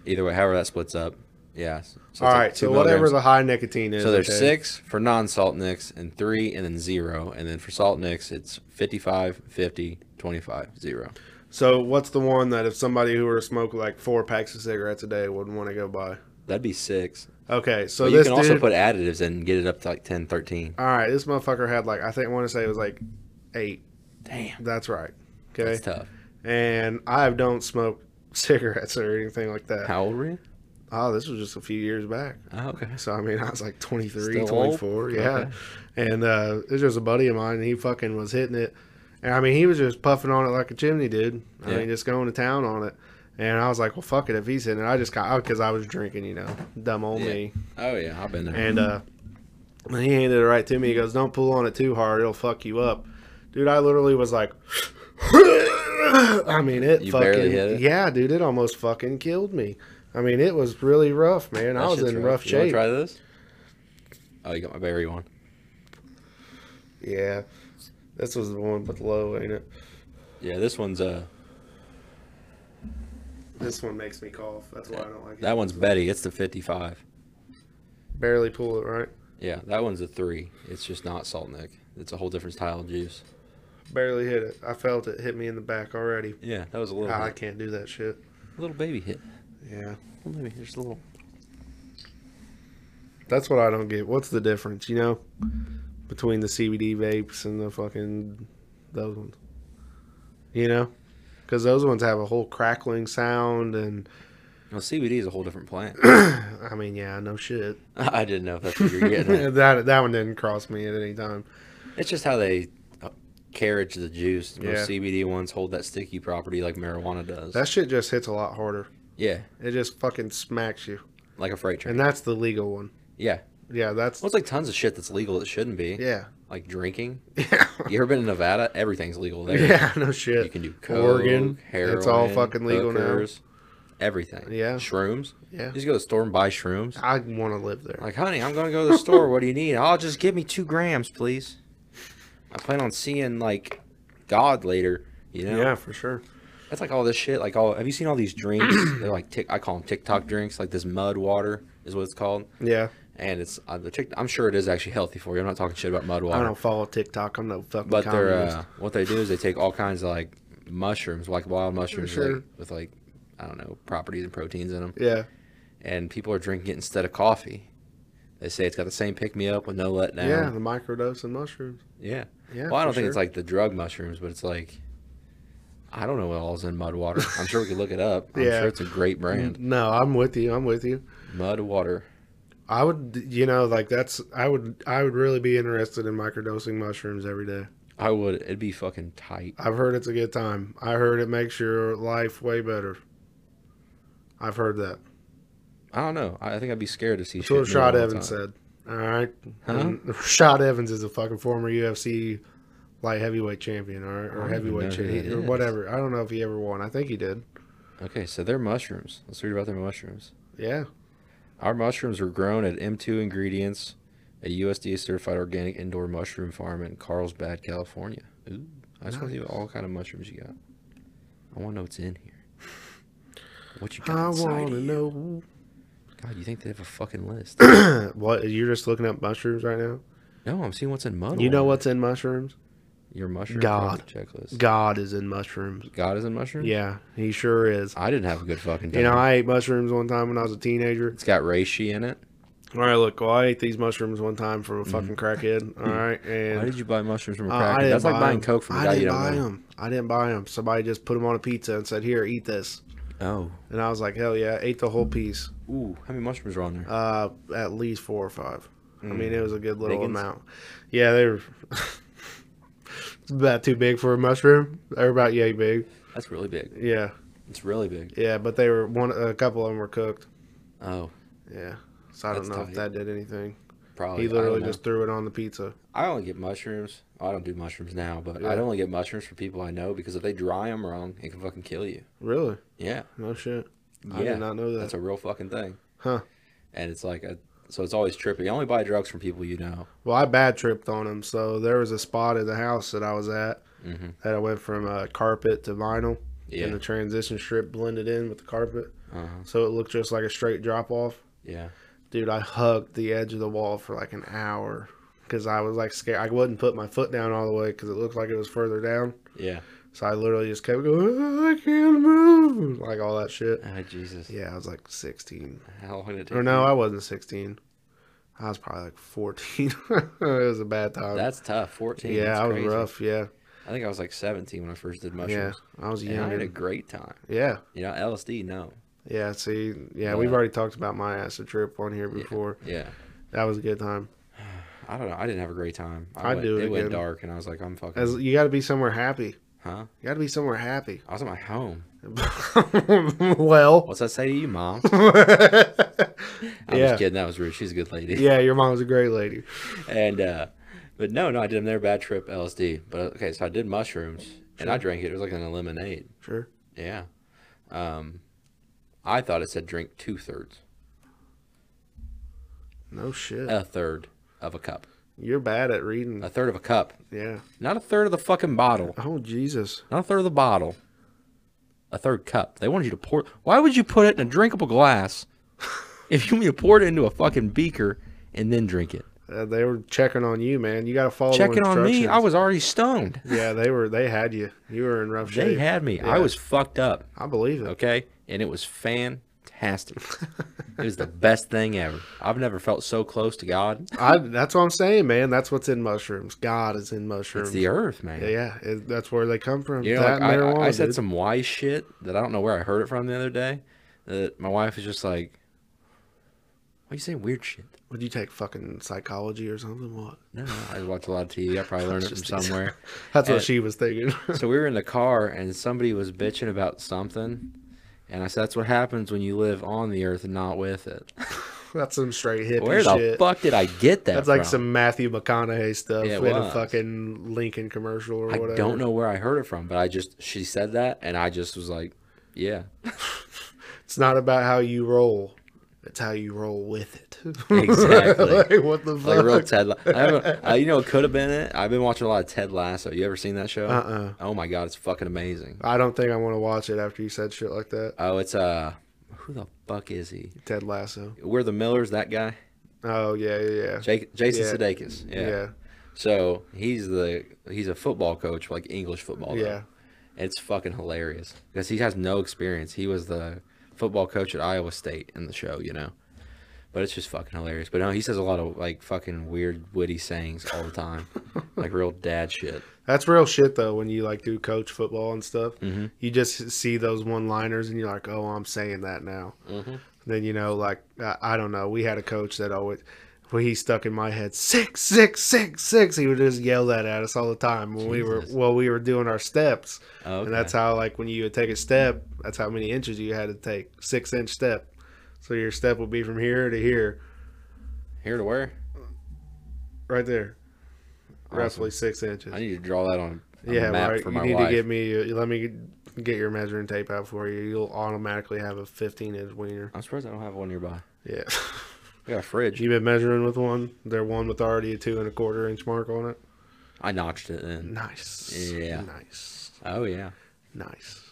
C: Either way, however that splits up. Yeah. s- So
B: All right, so whatever the high nicotine is.
C: So there's
B: okay.
C: six for non-salt nicks and three and then zero. And then for salt nicks, it's 55, 50, 25, zero.
B: So what's the one that if somebody who were to smoke like four packs of cigarettes a day would want to go buy?
C: That'd be six.
B: Okay, so
C: But you
B: this
C: can also
B: dude-
C: put additives in and get it up to like 10, 13.
B: all right, this motherfucker had like I think I want to say it was like eight.
C: Damn.
B: That's right.
C: That's
B: Okay,
C: tough.
B: and I don't smoke cigarettes or anything like that.
C: How old were you?
B: Oh, this was just a few years back.
C: Oh, okay.
B: So I mean, I was like 23,
C: Still old?
B: 24, yeah.
C: Okay.
B: And uh, it was just a buddy of mine, and he fucking was hitting it, and I mean, he was just puffing on it like a chimney, dude. I
C: Yeah.
B: mean, just going to town on it. And I was like, well, fuck it, if he's hitting it, I just got because I was drinking, you know, dumb old me.
C: Oh yeah, I've been there.
B: And uh, when he handed it right to me, he goes, "Don't pull on it too hard; it'll fuck you up." Dude, I literally was like, I mean, it
C: You
B: fucking
C: barely hit it?
B: yeah, dude, it almost fucking killed me. I mean, it was really rough, man.
C: That
B: I was
C: shit's
B: in
C: rough.
B: rough
C: You wanna
B: shape.
C: try this? Oh, you got my berry one.
B: Yeah, this was the one with low, ain't it?
C: Yeah, this one's uh,
B: This one makes me cough. That's why I don't like it.
C: that one's Betty. It's the fifty-five.
B: Barely pull it right.
C: Yeah, that one's a three. It's just not salt nick. It's a whole different style of juice.
B: Barely hit it. I felt it hit me in the back already.
C: Yeah, that was a little
B: Ah, I
C: hit.
B: can't do that shit.
C: little baby hit.
B: Yeah,
C: Little baby, just a little.
B: that's what I don't get. What's the difference, you know, between the CBD vapes and the fucking those ones? You know, because those ones have a whole crackling sound, and
C: Well, CBD is a whole different plant.
B: I mean, yeah, no shit.
C: I didn't know if that's what you're getting. at.
B: that that one didn't cross me at any time.
C: It's just how they uh, carriage the juice. Most
B: Yeah.
C: CBD ones hold that sticky property like marijuana does.
B: That shit just hits a lot harder.
C: yeah,
B: It just fucking smacks you,
C: like a freight train.
B: and that's the legal one.
C: yeah.
B: Yeah, that's
C: Well, it's like tons of shit that's legal that shouldn't be.
B: yeah.
C: like drinking.
B: Yeah.
C: You ever been to Nevada? Everything's legal there.
B: yeah, no
C: You
B: shit.
C: can do coke,
B: Oregon,
C: Oregon, heroin,
B: it's all fucking legal now.
C: hookers, Everything.
B: Yeah.
C: Shrooms.
B: Yeah.
C: You just go to the store and buy shrooms.
B: I want to live there.
C: Like, honey, I'm gonna go to the store. What do you need? I'll just give me two grams, please. I plan on seeing like God later. You know.
B: Yeah, for sure.
C: That's like all this shit. Like all. Have you seen all these drinks? They're like tick. I call them TikTok drinks. Like this mud water is what it's called,
B: Yeah,
C: and it's uh, the tick. I'm sure it is actually healthy for you. I'm not talking shit about mud
B: I
C: water.
B: don't follow TikTok. I'm no fucking
C: But they're
B: communist.
C: uh, what they do is they take all kinds of like mushrooms, like wild mushrooms,
B: Sure.
C: like, with like I don't know properties and proteins in them,
B: yeah,
C: and people are drinking it instead of coffee. They say it's got the same pick me up with no letdown.
B: yeah, the microdose and mushrooms.
C: Yeah.
B: Yeah.
C: Well, I don't
B: for
C: think it's
B: sure.
C: like the drug mushrooms, but it's like I don't know what all's in mud water. I'm sure we could look it up. I'm
B: Yeah. Mm-hmm.
C: sure it's a great brand.
B: Mm, No, I'm with you. I'm with you.
C: Mud water.
B: I would, you know, like that's. I would. I would really be interested in microdosing mushrooms every day.
C: I would it'd be fucking tight.
B: I've heard it's a good time. I heard it makes your life way better. I've heard that.
C: I don't know. I I think I'd be scared to see
B: That's
C: shit
B: what
C: new
B: Rashad
C: all the
B: Evans
C: time.
B: said. All right.
C: Huh?
B: And Rashad Evans is a fucking former UFC light heavyweight champion all right,
C: I
B: or
C: don't even
B: heavyweight
C: know who
B: champion
C: that
B: or
C: is.
B: whatever. I don't know if he ever won. I think he did.
C: Okay, so they're mushrooms. Let's read about their mushrooms.
B: Yeah.
C: Our mushrooms were grown at M2 Ingredients, a USDA certified organic indoor mushroom farm in Carlsbad, California. Ooh, I just want to see what all kind of mushrooms you got. I want to know what's in here. What you got
B: I
C: inside
B: want
C: of
B: to
C: you.
B: know
C: God, you think they have a fucking list?
B: what you're just looking up mushrooms right now.
C: no, I'm seeing what's in mud.
B: You know
C: water.
B: what's in mushrooms?
C: Your mushroom
B: God.
C: God. checklist. God.
B: God is in mushrooms.
C: is in mushroom.
B: Yeah, he sure is.
C: I didn't have a good fucking. Time.
B: You know, I ate mushrooms one time when I was a teenager.
C: it's got reishi in it.
B: All right, look, well, I ate these mushrooms one time from a fucking crackhead. All right, and
C: Why did you buy mushrooms from a
B: Uh,
C: crackhead? That's like
B: buy
C: buying
B: 'em.
C: coke from a
B: I
C: guy
B: didn't
C: you don't
B: buy
C: know.
B: them. I didn't buy them. Somebody just put them on a pizza and said, "Here, eat this,"
C: Oh,
B: and I was like, "Hell yeah!" Ate the whole piece.
C: ooh, how many mushrooms are on there? Hmm.
B: Uh, at least four or five. I mean, it was a good little
C: Biggins?
B: amount. Yeah, they were. it's about too big for a mushroom. They're about yay big.
C: That's really big.
B: Yeah,
C: It's really big.
B: yeah, but they were one. A couple of them were cooked.
C: Oh,
B: Yeah, so I don't
C: That's
B: know if
C: tight.
B: that did anything.
C: probably.
B: He
C: I don't
B: literally
C: know.
B: just threw it on the pizza.
C: I only get mushrooms. I don't do mushrooms now, but
B: Yeah.
C: I only get mushrooms from people I know because if they dry them wrong, it can fucking kill you.
B: Really?
C: Yeah.
B: No shit. I
C: Yeah,
B: did not know that.
C: That's a real fucking thing.
B: Huh.
C: And it's like a, so it's always trippy. You only buy drugs from people you know.
B: Well, I bad tripped on him. So there was a spot in the house that I was at
C: Mhm.
B: that I went from uh, carpet to vinyl, and
C: Yeah.
B: the transition strip blended in with the carpet,
C: Uh-huh.
B: so it looked just like a straight drop off.
C: Yeah.
B: Dude, I hugged the edge of the wall for like an hour because I was like scared. I wouldn't put my foot down all the way because it looked like it was further down.
C: Yeah.
B: So I literally just kept going. "Ah, I can't move, like all that shit.
C: Ah, Jesus.
B: Yeah, I was like 16,
C: How long did it take?
B: or no,
C: you?
B: I wasn't 16. I was probably like 14. it was a bad time.
C: That's tough. Fourteen.
B: yeah,
C: that's
B: I was
C: crazy.
B: rough. Yeah.
C: I think I was like seventeen when I first did
B: Yeah,
C: mushrooms.
B: I was
C: Yeah. And I
B: young.
C: had a great time.
B: yeah,
C: You know, LSD, no.
B: yeah. See, yeah,
C: Yeah.
B: we've already talked about my acid trip on here before.
C: Yeah.
B: That was a good time.
C: I don't know. I didn't have a great time. I
B: I'd
C: went,
B: do it
C: went
B: again.
C: dark, and I was like, I'm fucking.
B: As you got to be somewhere happy.
C: huh?
B: You got to be somewhere happy.
C: I was at my home.
B: well,
C: What's that say to you, mom? I'm
B: yeah,
C: just kidding. That was rude. She's a good lady.
B: yeah. Your mom's a great lady.
C: And uh, but no, no, I did another bad trip LSD. But uh, okay, so I did mushrooms and I drank it. It was like an lemonade.
B: Sure.
C: Yeah. Um, I thought it said drink two thirds,
B: No shit.
C: a third of a cup,
B: You're bad at reading.
C: a third of a cup,
B: yeah.
C: not a third of the fucking bottle,
B: Oh Jesus.
C: not a third of the bottle, a third cup. They wanted you to pour. Why would you put it in a drinkable glass if you want me to pour it into a fucking beaker and then drink it?
B: Uh, they were checking on you, man. You got to follow.
C: Checking on me,
B: instructions.
C: I was already stoned.
B: Yeah, they were. They had you. You were in rough shape.
C: They had me. I
B: Yeah.
C: was fucked up.
B: I believe it.
C: okay? And it was fantastic. it was the best thing ever. I've never felt so close to God.
B: I, that's what I'm saying, man. That's what's in mushrooms. God is in mushrooms.
C: It's the earth, man.
B: Yeah, yeah, it, that's where they come from.
C: You know,
B: that
C: like, I-
B: marijuana.
C: I, I said
B: dude.
C: some wise shit that I don't know where I heard it from the other day. That my wife is just like, why you saying weird shit?
B: Would you take fucking psychology or something? What?
C: No, no, I watch a lot of TV. I probably learned it from
B: Just-
C: somewhere.
B: That's
C: Uh,
B: what she was thinking.
C: so we were in the car and somebody was bitching about something. And I said, that's what happens when you live on the earth and not with it.
B: That's some straight hippie
C: Where the
B: shit.
C: fuck did I get that?
B: That's like
C: from?
B: some Matthew McConaughey stuff
C: It
B: in a
C: was.
B: fucking Lincoln commercial or
C: I
B: whatever.
C: don't know where I heard it from, but I just she said that, and I just was like, yeah,
B: It's not about how you roll. It's how you roll with it.
C: Exactly.
B: like, what the
C: like
B: fuck?
C: real Ted. La- I haven't, I, you know, it could have been it. I've been watching a lot of Ted Lasso. You ever seen that show?
B: Uh-uh.
C: Oh my god, it's fucking amazing.
B: I don't think I want to watch it after you said shit like that.
C: Oh, it's uh, who the fuck is he?
B: Ted Lasso.
C: We're the Millers. That guy,
B: Oh yeah, yeah, yeah.
C: Jake, Jason
B: Yeah.
C: Sudeikis.
B: Yeah.
C: Yeah. So he's the he's a football coach, like English football. though.
B: Yeah.
C: It's fucking hilarious because he has no experience. He was the football coach at Iowa State in the show, you know. But it's just fucking hilarious. But no, he says a lot of like fucking weird, witty sayings all the time, like real dad shit.
B: That's real shit though. When you like do coach football and stuff,
C: Mm-hmm.
B: you just see those one-liners and you're like, "Oh, I'm saying that now."
C: Mm-hmm.
B: Then you know, like I, I don't know. We had a coach that always, when he stuck in my head, six, six, six, six. He would just yell that at us all the time when we were
C: Jesus.
B: while we were doing our steps.
C: Oh,
B: And that's how like when you would take a step, that's how many inches you had to take. Six inch step. So your step would be from here to here,
C: here to where.
B: right there, roughly
C: Awesome.
B: six inches.
C: I need to draw that on, on
B: Yeah,
C: a map
B: right.
C: for
B: you
C: my
B: need
C: wife.
B: to get me. you Let me get your measuring tape out for you. You'll automatically have a 15 inch wiener.
C: I'm surprised I don't have one nearby.
B: Yeah,
C: I got a fridge.
B: you been measuring with one. They're one with already a two and a quarter inch mark on it.
C: I notched it in.
B: Nice.
C: Yeah.
B: Nice.
C: Oh yeah.
B: Nice.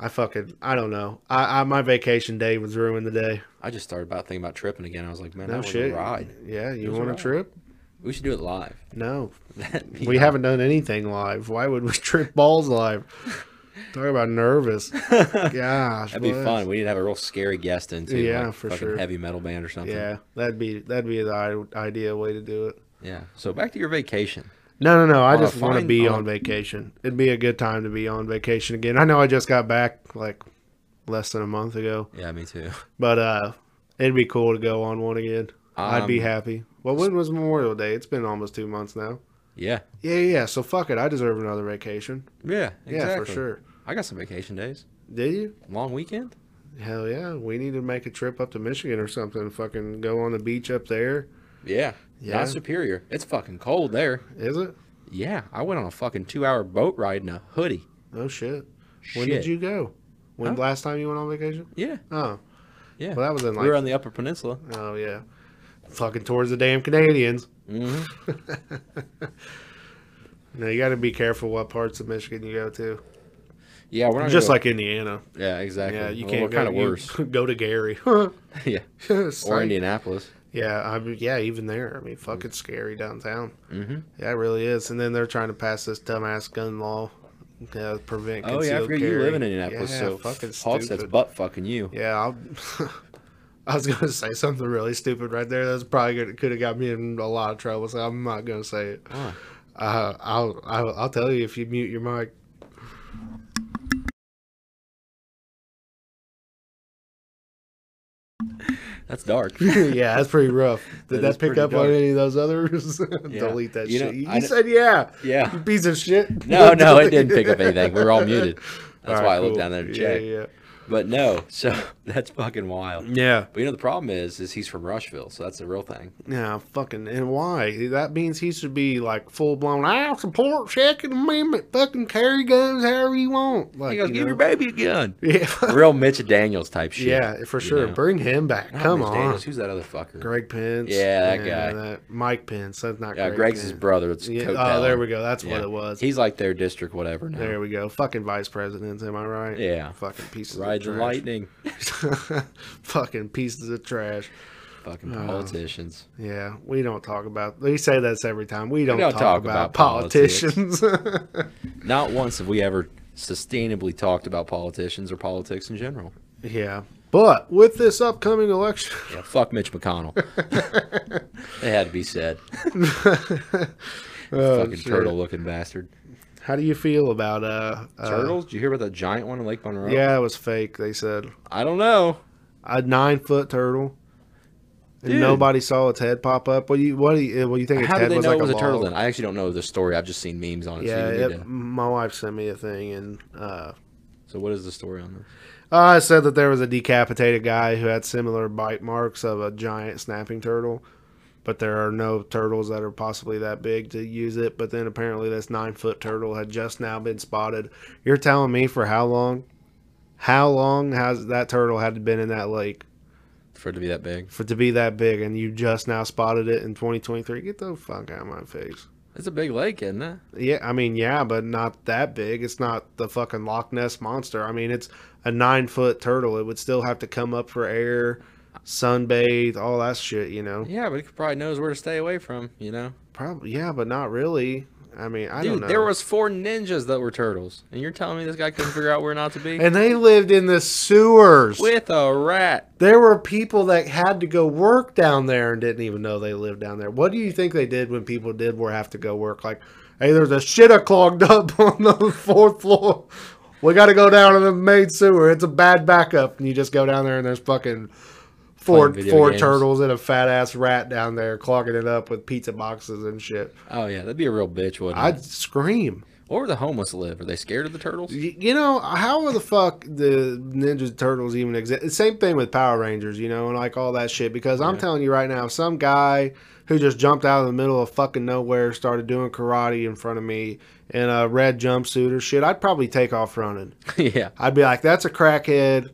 B: I fucking I don't know. I, I my vacation day was ruined today.
C: I just started about thinking about tripping again. I was like, man,
B: No
C: that
B: shit.
C: was a ride.
B: Yeah, you
C: was a
B: want a
C: ride.
B: trip?
C: We should do it live.
B: No,
C: That'd be
B: we
C: awesome.
B: haven't done anything live. Why would we trip balls live? Talk about nervous. Gosh,
C: That'd be
B: bless.
C: fun. We need to have a real scary guest in too.
B: Yeah,
C: like
B: for
C: fucking
B: sure.
C: Heavy metal band or something.
B: Yeah, that'd be that'd be the i- ideal way to do it.
C: Yeah. So back to your vacation.
B: No, no, no. I
C: On a
B: just want to
C: fine-
B: be
C: on a-
B: on vacation. It'd be a good time to be on vacation again. I know I just got back like less than a month ago,
C: Yeah, me too.
B: but uh, it'd be cool to go on one again. I'd be
C: Um,
B: happy. Well, when was Memorial Day? It's been almost two months now.
C: Yeah.
B: Yeah, yeah. yeah, So fuck it. I deserve another vacation.
C: Yeah. Exactly.
B: Yeah, for sure.
C: I got some vacation days.
B: Did you?
C: Long weekend.
B: Hell yeah. We need to make a trip up to Michigan or something. Fucking go on the beach up there.
C: Yeah.
B: Yeah.
C: Not Superior. It's fucking cold there.
B: Is it?
C: Yeah. I went on a fucking two-hour boat ride in a hoodie.
B: Oh shit. When did
C: Shit.
B: you go? When
C: Huh?
B: last time you went on vacation?
C: Yeah.
B: Oh,
C: Yeah.
B: well, that was in like
C: we were on the Upper Peninsula.
B: Oh yeah, fucking towards the damn Canadians.
C: hmm
B: Now you got to be careful what parts of Michigan you go to.
C: Yeah, we're not
B: Just
C: gonna-
B: like Indiana,
C: yeah, exactly.
B: yeah, you
C: Well,
B: can't
C: We're
B: go,
C: kind of
B: you
C: worse.
B: Go to Gary,
C: yeah, or
B: Indiana.
C: Indianapolis.
B: Yeah, I mean, yeah, even there. I mean, fuck, it's scary downtown.
C: Mhm.
B: Yeah, it really is. And then they're trying to pass this dumbass gun law to prevent.
C: Oh yeah,
B: concealed
C: I forget you live
B: carry.
C: in Indianapolis,
B: Yeah,
C: so
B: fucking
C: Hawks, that's
B: stupid.
C: butt fucking you.
B: Yeah, I'll, I was gonna say something really stupid right there. That's probably gonna, could have got me in a lot of trouble. So I'm not gonna say it.
C: Why?
B: Uh, I'll, I'll I'll tell you if you mute your mic.
C: That's dark.
B: yeah, that's pretty rough. Did
C: That
B: that,
C: is
B: pick
C: pretty
B: up on
C: dark.
B: any of those others?
C: Yeah.
B: Delete that
C: You know,
B: shit. you
C: I kn-
B: said yeah. You
C: yeah.
B: piece of shit.
C: No, no, it didn't pick up anything. We were all muted.
B: All
C: That's
B: right,
C: why I looked
B: cool.
C: down there to
B: Yeah,
C: check.
B: Yeah,
C: But no, so that's fucking wild.
B: yeah.
C: But you know the problem is, is he's from Rushville, so that's the real thing.
B: Yeah, fucking, and why? That means he should be like full blown. I support Second Amendment. Fucking carry guns however you want. Like,
C: He goes,
B: you
C: "Give
B: know?
C: your baby a gun."
B: Yeah,
C: real Mitch Daniels type shit.
B: yeah, for
C: you
B: sure.
C: know?
B: Bring him back.
C: Not
B: Come
C: Mitch
B: on,
C: Daniels, who's that other fucker?
B: Greg Pence.
C: Yeah, that guy.
B: that- Mike Pence. That's not.
C: yeah,
B: Greg
C: Greg's his
B: Pence.
C: brother. It's
B: Yeah,
C: Coke
B: oh, there
C: Allen.
B: we go. That's what
C: Yeah.
B: it was.
C: He's like their district, whatever. Now.
B: There we go. Fucking vice presidents, am I right?
C: Yeah.
B: Fucking pieces
C: Rides
B: of
C: and
B: trash.
C: lightning.
B: Fucking pieces of trash.
C: Fucking
B: Oh.
C: politicians.
B: Yeah, we don't talk about. They say this every time. We don't,
C: don't
B: talk,
C: talk
B: about,
C: about politics.
B: politicians.
C: Not once have we ever sustainably talked about politicians or politics in general.
B: yeah, but with this upcoming election,
C: Yeah, fuck Mitch McConnell. it had to be said.
B: Oh,
C: Fucking
B: shit.
C: turtle looking bastard.
B: How do you feel about uh, uh,
C: Turtles? Did you hear about that giant one in Lake Monroe?
B: Yeah, it was fake. They said
C: I don't know.
B: a nine foot turtle. And
C: Dude.
B: nobody saw its head pop up. What do you what do you, what do you think? Its
C: How
B: head
C: did they
B: was
C: know
B: like
C: it was a,
B: log?
C: turtle then? I actually don't know the story. I've just seen memes on it.
B: Yeah,
C: so, you need
B: it-
C: to-
B: my wife sent me a thing, and uh,
C: so what is the story on this?
B: Uh, I said that there was a decapitated guy who had similar bite marks of a giant snapping turtle, but there are no turtles that are possibly that big to use it. But then apparently, this nine foot turtle had just now been spotted. You're telling me for how long? How long has that turtle had been in that lake
C: for it to be that big.
B: for it to be that big? And you just now spotted it in 2023? Get the fuck out of my face.
C: It's a big lake, isn't it?
B: Yeah, I mean, yeah, but not that big. It's not the fucking Loch Ness monster. I mean, it's a nine foot turtle. It would still have to come up for air, sunbathe, all that shit. You know,
C: Yeah, but it probably knows where to stay away from. You know,
B: probably. Yeah, but not really. I mean, I don't
C: dude,
B: know.
C: there was four ninjas that were turtles, and you're telling me this guy couldn't figure out where not to be
B: and they lived in the sewers.
C: with a rat.
B: There were people that had to go work down there and didn't even know they lived down there. What do you think they did when people did were have to go work? Like, hey, there's a shit clogged up on the fourth floor. We got to go down to the main sewer. It's a bad backup, and you just go down there and there's fucking four
C: Playing video
B: four
C: games.
B: turtles and a fat ass rat down there clogging it up with pizza boxes and shit.
C: Oh yeah, that'd be a real bitch, wouldn't it?
B: I'd scream.
C: Or the homeless live? Are they scared of the turtles?
B: Y- You know how the fuck the Ninja Turtles even exist? Same thing with Power Rangers, you know, and like all that shit. Because I'm
C: Yeah.
B: telling you right now, if some guy who just jumped out of the middle of fucking nowhere started doing karate in front of me in a red jumpsuit or shit, I'd probably take off running.
C: yeah,
B: I'd be like, "That's a crackhead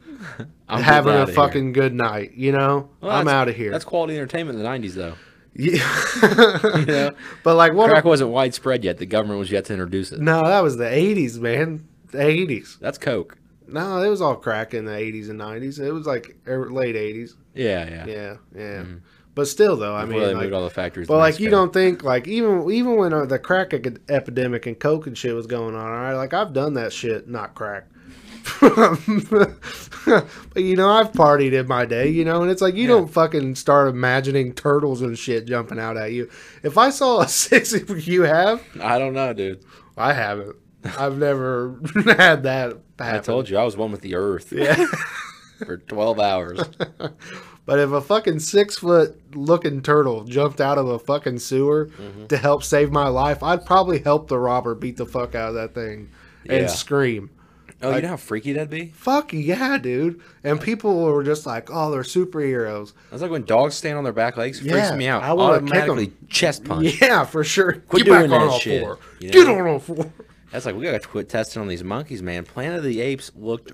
C: I'm getting
B: having a
C: outta here.
B: fucking good night," you know.
C: Well,
B: I'm
C: that's-
B: out of here.
C: That's quality entertainment in the '90s, though.
B: yeah.
C: You know,
B: but like, what?
C: crack
B: a-
C: wasn't widespread yet. The government was yet to introduce it.
B: no, that was the '80s, man. The '80s.
C: That's coke.
B: No, it was all crack in the 80s and 90s. It was like er- late 80s.
C: Yeah, yeah.
B: Yeah, yeah. But still, though, I
C: Mm-hmm. Before they
B: mean,
C: moved
B: like,
C: all the factories.
B: but
C: to
B: like you
C: Mexico.
B: don't think like even even when uh, the crack ec- epidemic and coke and shit was going on, all right, like I've done that shit, not crack. but you know, I've partied in my day, you know, and it's like you don't fucking start imagining turtles and shit jumping out at you. If I saw a six, you have,
C: I don't know, dude.
B: I haven't. I've never had that.
C: I
B: Happen.
C: told you I was one with the earth
B: Yeah.
C: for 12 hours.
B: But if a fucking six foot looking turtle jumped out of a fucking sewer
C: Mm-hmm.
B: to help save my life, I'd probably help the robber beat the fuck out of that thing
C: Yeah.
B: and scream.
C: Oh,
B: Like-
C: you know how freaky that'd be?
B: Fuck yeah, dude. And people were just like, oh, they're superheroes.
C: That's like when dogs stand on their back legs. It freaks
B: Yeah,
C: me out.
B: I
C: I
B: wanna kick 'em.
C: automatically chest punch.
B: Yeah, for sure.
C: Quit
B: Get back
C: doing
B: on
C: that
B: all
C: shit,
B: four.
C: you
B: Get
C: know?
B: on all four.
C: That's like we gotta quit testing on these monkeys, man. Planet of the Apes looked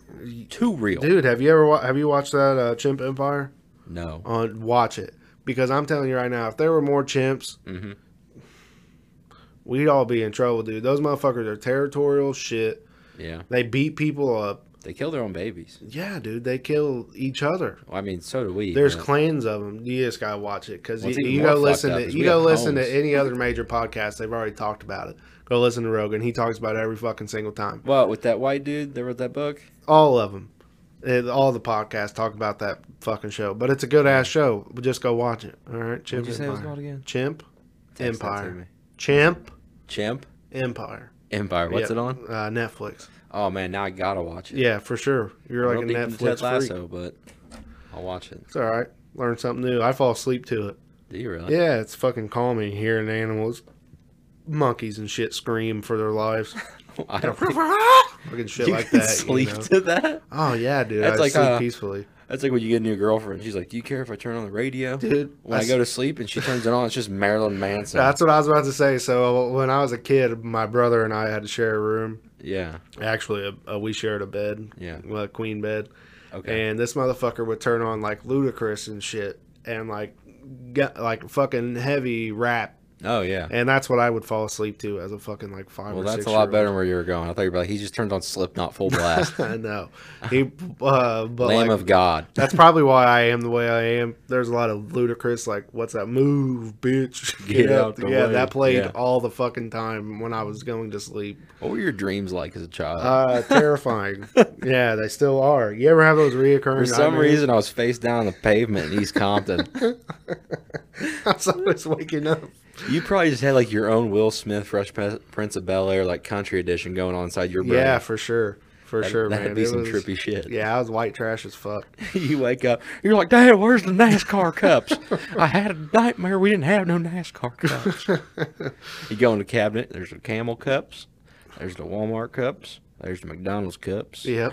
C: too real.
B: Dude, have you ever wa- have you watched that uh, Chimp Empire?
C: No,
B: On watch it because I'm telling you right now, if there were more chimps,
C: Mhm.
B: we'd all be in trouble, dude. Those motherfuckers are territorial shit.
C: yeah,
B: They beat people up.
C: they kill their own babies.
B: Yeah, dude, they kill each other.
C: Well, I mean, so do we.
B: There's
C: but-
B: clans of them. You just gotta watch it because
C: Well, it's
B: you,
C: even
B: you
C: more
B: go
C: fucked
B: listen
C: up
B: to
C: 'cause
B: you
C: we
B: go
C: have
B: listen
C: homes.
B: to any other major podcast. They've already talked about it. Go listen to Rogan. He talks about it every fucking single time.
C: well, with that white dude that wrote that book.
B: All of them. all the podcasts talk about that fucking show. But it's a good ass show. Just go watch it. All right, Chimp
C: What'd you say it was
B: Empire.
C: called again?
B: Chimp
C: Text that to
B: Empire.
C: me.
B: Chimp
C: Chimp
B: Empire.
C: Empire. What's
B: Yep.
C: it on?
B: Uh, Netflix.
C: Oh man, now I gotta watch it.
B: Yeah, for sure. You're
C: I
B: like a
C: don't think it's
B: Netflix
C: Ted Lasso,
B: freak.
C: but I'll watch it.
B: It's all right. Learn something new. I fall asleep to it.
C: Do you really?
B: Yeah, it's fucking calming hearing animals, monkeys and shit scream for their lives.
C: I don't think
B: fucking shit
C: you
B: like
C: can
B: that.
C: sleep
B: You know?
C: to that.
B: Oh yeah, dude.
C: That's
B: I
C: like,
B: sleep
C: uh,
B: peacefully.
C: That's like when you get a new girlfriend. She's like, "Do you care if I turn on the radio?"
B: Dude,
C: when I,
B: I s-
C: go to sleep and she turns it on, it's just Marilyn Manson.
B: That's what I was about to say. So uh, when I was a kid, my brother and I had to share a room.
C: yeah.
B: Actually, a, a, we shared a bed.
C: Yeah.
B: a queen bed.
C: Okay.
B: And this motherfucker would turn on like ludicrous and shit, and like, got, like fucking heavy rap.
C: oh yeah.
B: And that's what I would fall asleep to as a fucking like five.
C: Well,
B: or
C: that's
B: six
C: a
B: year
C: lot
B: old.
C: better than where you were going. I thought you were like, he just turned on Slipknot full blast.
B: I know. He, uh, but
C: Lamb
B: like,
C: of God.
B: That's probably why I am the way I am. There's a lot of ludicrous, like, what's that? Move, bitch.
C: Get out the
B: yeah,
C: way.
B: that played
C: Yeah.
B: all the fucking time when I was going to sleep.
C: What were your dreams like as a child?
B: Uh, terrifying. yeah, they still are. You ever have those reoccurring
C: For some
B: nightmares?
C: reason, I was face down on the pavement in East Compton.
B: I was always waking up.
C: you probably just had like your own Will Smith, Fresh Pe- Prince of Bel Air, like country edition going on inside your brain.
B: Yeah, for sure. For
C: That-
B: sure,
C: that'd
B: man.
C: be
B: It
C: some
B: was-
C: trippy shit.
B: Yeah, I was white trash as fuck.
C: you wake up, you're like, Dad, where's the NASCAR cups? I had a nightmare. We didn't have no NASCAR cups. you go in the cabinet. There's the Camel cups. There's the Walmart cups. There's the McDonald's cups.
B: Yep.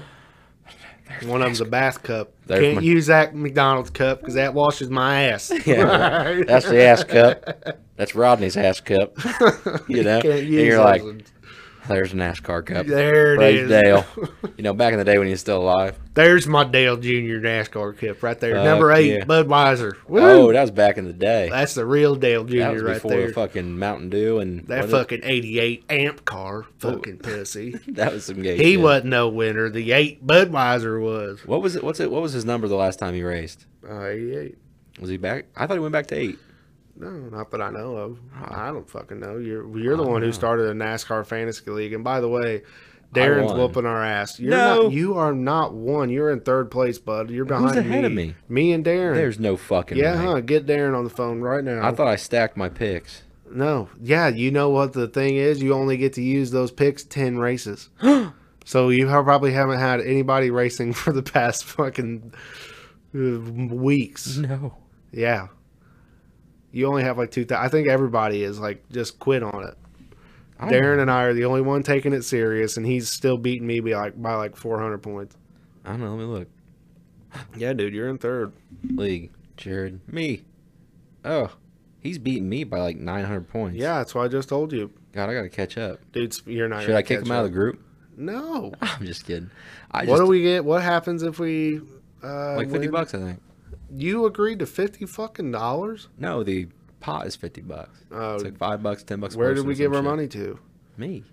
B: One of them's a bath cup.
C: There's
B: Can't
C: my-
B: use that McDonald's cup because that washes my ass.
C: Yeah, that's the ass cup. That's Rodney's ass cup. You know,
B: Can't
C: and
B: use
C: you're
B: those
C: like,
B: ones.
C: there's an NASCAR cup.
B: there it
C: Praise
B: is.
C: Dale. You know, back in the day when he was still alive.
B: There's my Dale Jr. NASCAR cup right there.
C: Fuck
B: Number eight,
C: yeah.
B: Budweiser. Woo!
C: Oh, that was back in the day.
B: That's the real Dale Jr.
C: That was
B: right
C: before
B: there.
C: fucking Mountain Dew and
B: that
C: what is-
B: fucking 88 amp car. Fucking pussy.
C: That was some gay.
B: He
C: shit.
B: wasn't no winner. The eight Budweiser was.
C: What was it? What's it? What was his number the last time he raced?
B: Uh, 88.
C: Was he back? I thought he went back to eight.
B: No, not that I know of. I don't fucking know. You're you're the one who started the NASCAR fantasy league. And by the way, Darren's
C: won.
B: whooping our ass. You're
C: No.
B: not, you are not one. You're in third place, bud. You're behind
C: ahead of me?
B: Me and Darren.
C: There's no fucking.
B: yeah,
C: way.
B: huh? Get Darren on the phone right now.
C: I thought I stacked my picks.
B: No. Yeah, you know what the thing is? You only get to use those picks 10 races. so you ha- probably haven't had anybody racing for the past fucking uh, weeks.
C: No.
B: Yeah. You only have like two. thou- I think everybody is like just quit on it. Darren and I are the only one taking it serious, and he's still beating me by like by like 400 points.
C: I don't know. Let me look.
B: Yeah, dude, you're in third.
C: League. Jared. Me. Oh, he's beating me by like 900 points.
B: Yeah, that's what I just told you,
C: God, I gotta catch up.
B: dude. You're not.
C: Should
B: gonna
C: I kick
B: catch
C: him out of
B: up.
C: the group?
B: No.
C: I'm just kidding. I
B: what
C: just
B: do we get? What happens if we? Uh,
C: like 50
B: win?
C: bucks, I think.
B: You agreed to fifty fucking dollars.
C: No, the pot is 50 bucks.
B: Oh,
C: it's like five bucks, 10 bucks. a
B: Where
C: person
B: did
C: or
B: we
C: some
B: give our
C: shit.
B: money to?
C: Me.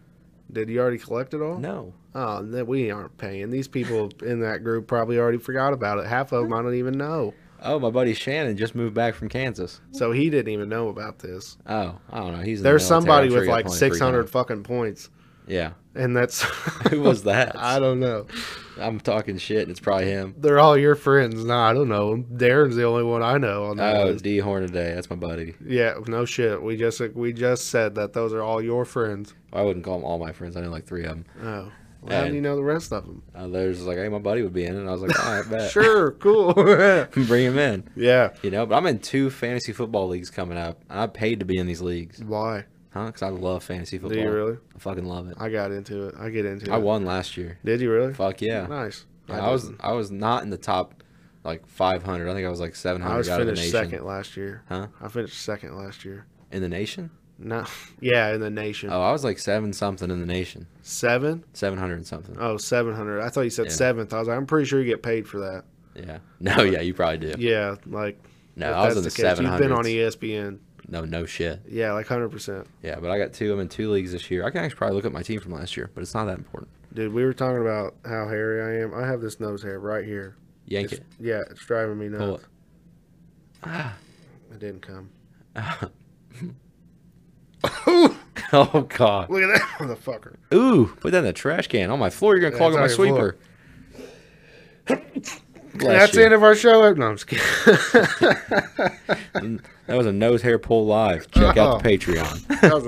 B: Did you already collect it all?
C: No.
B: Oh, then we aren't paying. These people in that group probably already forgot about it. Half of them I don't even know.
C: Oh, my buddy Shannon just moved back from Kansas.
B: So he didn't even know about this.
C: Oh, I don't know. He's in the
B: There's
C: military.
B: somebody
C: I'm sure
B: with
C: he got
B: like
C: plenty of free time.
B: 600 fucking points,
C: Yeah.
B: and that's
C: Who was that?
B: I don't know.
C: I'm talking shit, and it's probably him.
B: They're all your friends. Nah, I don't know. Darren's the only one I know on that
C: Oh,
B: list.
C: D Hornaday. That's my buddy.
B: Yeah, no shit. We just we just said that those are all your friends.
C: I wouldn't call them all my friends. I know like three of them.
B: Oh, well, how do
C: And-
B: you know the rest of them?
C: Uh, there's like, hey, my buddy would be in it. And I was like, all right, bet.
B: Sure, cool.
C: Bring him in.
B: yeah.
C: You know, but I'm in two fantasy football leagues coming up. and I paid to be in these leagues,
B: Why?
C: huh? Because I love fantasy football.
B: Do you really?
C: I fucking love it.
B: I got into it. I get into
C: I
B: it.
C: won last year.
B: Did you really?
C: Fuck yeah.
B: Nice.
C: Yeah, I, was
B: didn't.
C: I was not in the top like 500. I think I was like 700
B: I was
C: out of the
B: finished
C: nation.
B: second last year.
C: Huh?
B: I finished second last year.
C: In the nation?
B: No. Yeah, in the nation.
C: Oh, I was like seven something in the nation.
B: Seven?
C: 700 and something.
B: Oh, 700. I thought you said
C: Yeah.
B: seventh. I was like, I'm pretty sure you get paid for that.
C: Yeah. No, yeah, you probably do.
B: Yeah, like,
C: No,
B: if
C: I was in the,
B: that's the case,
C: 700s.
B: you've been on E ESPN.
C: no, no shit.
B: Yeah, like 100%.
C: Yeah, but I got two. I'm in two leagues this year. I can actually probably look at my team from last year, but it's not that important.
B: Dude, we were talking about how hairy I am. I have this nose hair right here.
C: Yank
B: It's-
C: it.
B: Yeah, it's driving me
C: Pull it.
B: nuts.
C: Ah.
B: It didn't come.
C: oh, God.
B: Look at that motherfucker.
C: Ooh, put that in the trash can. On my floor, you're going to clog up my
B: That's on your
C: sweeper. Bless
B: That's
C: you.
B: the end of our show. No, I'm just kidding.
C: That was a nose hair pull live. Check out the
B: Oh.
C: Patreon.
B: that was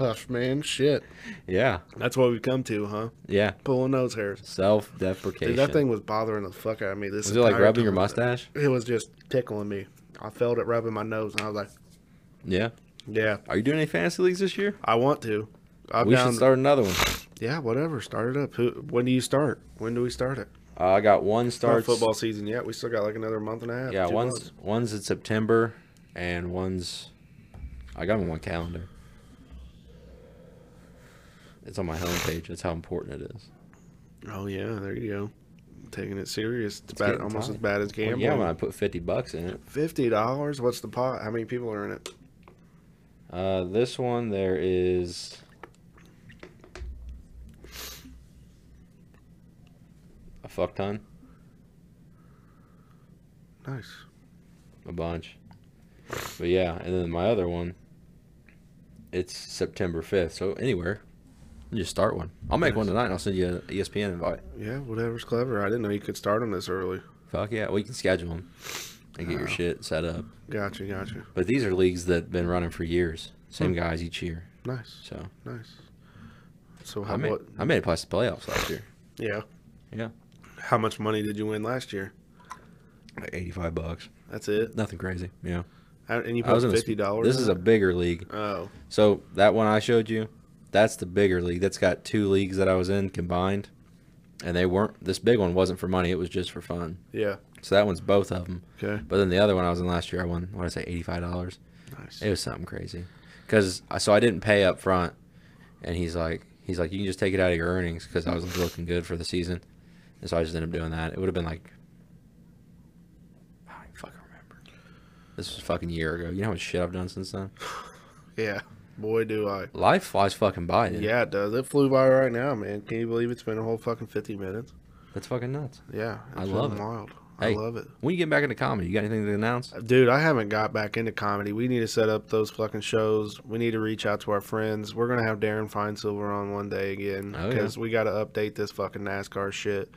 B: rough, man. Shit.
C: yeah.
B: That's what we've come to, huh?
C: Yeah.
B: Pulling nose hairs.
C: Self
B: Dude,
C: deprecation.
B: that thing was bothering the fuck out of me. This
C: Was it like
B: entire
C: rubbing your
B: time.
C: mustache?
B: It was just tickling me. I felt it rubbing my nose, and I was like,
C: Yeah.
B: "Yeah,
C: Are you doing any fantasy leagues this year?
B: I want to." I
C: we
B: found,
C: should start another one.
B: yeah, whatever. Start it up. Who, when do you start? When do we start it?
C: Uh, I got one
B: It's not
C: starts.
B: football season yet. We still got like another month and a half.
C: Yeah,
B: two
C: one's
B: months.
C: one's in September, and one's I got them on my calendar. It's on my homepage. That's how important it is.
B: Oh yeah, there you go. Taking it serious. It's, bad,
C: getting
B: almost
C: tight.
B: as bad as
C: Well,
B: gambling.
C: yeah, when I put fifty bucks in it.
B: Fifty dollars. What's the pot? How many people are in it?
C: Uh, this one there is. A fuck ton,
B: Nice.
C: a bunch, but yeah, and then my other one. It's September fifth, so anywhere, you just start one. I'll make one tonight, and I'll send you E an ESPN invite.
B: Yeah, whatever's clever. I didn't know you could start on this early.
C: Fuck yeah, we can schedule them and get your shit set up.
B: Gotcha, gotcha.
C: But these are leagues that have been running for years. Same guys each year.
B: Nice,
C: So
B: nice. So how
C: I made,
B: what?
C: I made it past the playoffs last year.
B: Yeah.
C: Yeah.
B: How much money did you win last year?
C: Like 85 bucks.
B: That's it.
C: Nothing crazy. Yeah.
B: How- And you
C: I was
B: put
C: in a s-
B: fifty dollars.
C: This is a bigger league.
B: oh
C: So that one I showed you, that's the bigger league. That's got two leagues that I was in combined. and they weren't. This big one wasn't for money; it was just for fun.
B: Yeah.
C: So that one's both of them.
B: Okay.
C: But then the other one I was in last year, I won. What did I say? Eighty five dollars.
B: Nice.
C: It was something crazy. Cause I so I didn't pay up front, and he's like he's like you can just take it out of your earnings because I was looking good for the season, and so I just ended up doing that. It would have been like I don't even fucking remember. This was a fucking year ago. You know how much shit I've done since then.
B: Yeah. Boy, do I.
C: Life flies fucking by. Dude.
B: Yeah, it does. It flew by right now, man. Can you believe it's been a whole fucking 50 minutes?
C: that's fucking nuts.
B: Yeah.
C: I
B: it's
C: love
B: been
C: it.
B: wild.
C: Hey.
B: I love it.
C: When you get back into comedy, you got anything to announce?
B: Dude, I haven't got back into comedy. We need to set up those fucking shows. We need to reach out to our friends. We're gonna have Darren Feinsilver on one day again
C: Oh, yeah.
B: because we got to update this fucking NASCAR shit.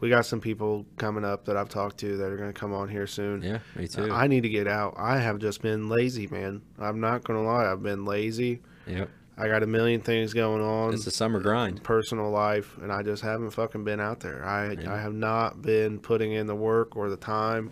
B: We got some people coming up that I've talked to that are gonna come on here soon.
C: Yeah, me too.
B: I need to get out. I have just been lazy, man. I'm not gonna lie. I've been lazy.
C: yep.
B: I got a million things going on,
C: It's the summer grind.
B: personal life, and I just haven't fucking been out there. I
C: Yeah.
B: I have not been putting in the work or the time,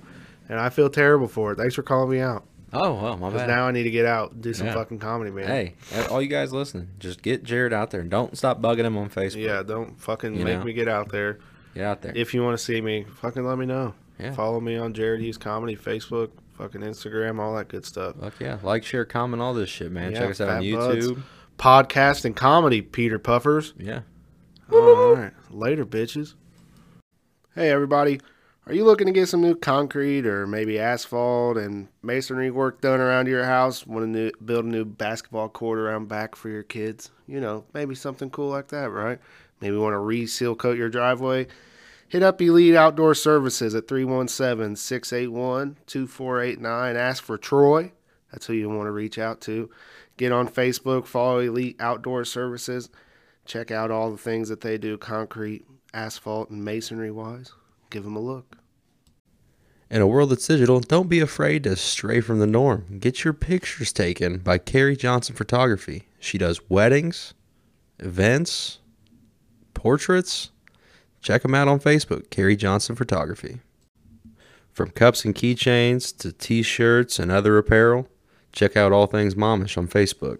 B: and I feel terrible for it. Thanks for calling me out.
C: Oh well, my
B: Because
C: bad.
B: now I need to get out and do some
C: Yeah.
B: fucking comedy, man.
C: hey, all you guys listening, just get Jared out there and don't stop bugging him on Facebook.
B: Yeah, don't fucking
C: You
B: make
C: know?
B: me get out there.
C: Get out there.
B: If you want to see me, fucking let me know.
C: Yeah.
B: Follow me on Jared Hughes Comedy, Facebook, fucking Instagram, all that good stuff.
C: Fuck yeah. Like, share, comment, all this shit, man.
B: Yeah,
C: Check us out on
B: Fat Buds.
C: YouTube.
B: Podcast and comedy, Peter Puffers.
C: Yeah.
B: All right. Later, bitches. Hey, everybody. Are you looking to get some new concrete or maybe asphalt and masonry work done around your house? Want to new, build a new basketball court around back for your kids? You know, maybe something cool like that, right? Maybe want to reseal coat your driveway? Hit up Elite Outdoor Services at 317 681 2489. Ask for Troy. That's who you want to reach out to. Get on Facebook, follow Elite Outdoor Services check out all the things that they do concrete, asphalt, and masonry wise. Give them a look.
C: In a world that's digital, don't be afraid to stray from the norm. Get your pictures taken by Carrie Johnson Photography. She does weddings, events, portraits. Check them out on Facebook, Carrie Johnson Photography. From cups and keychains to t shirts and other apparel, check out All Things Momish on Facebook.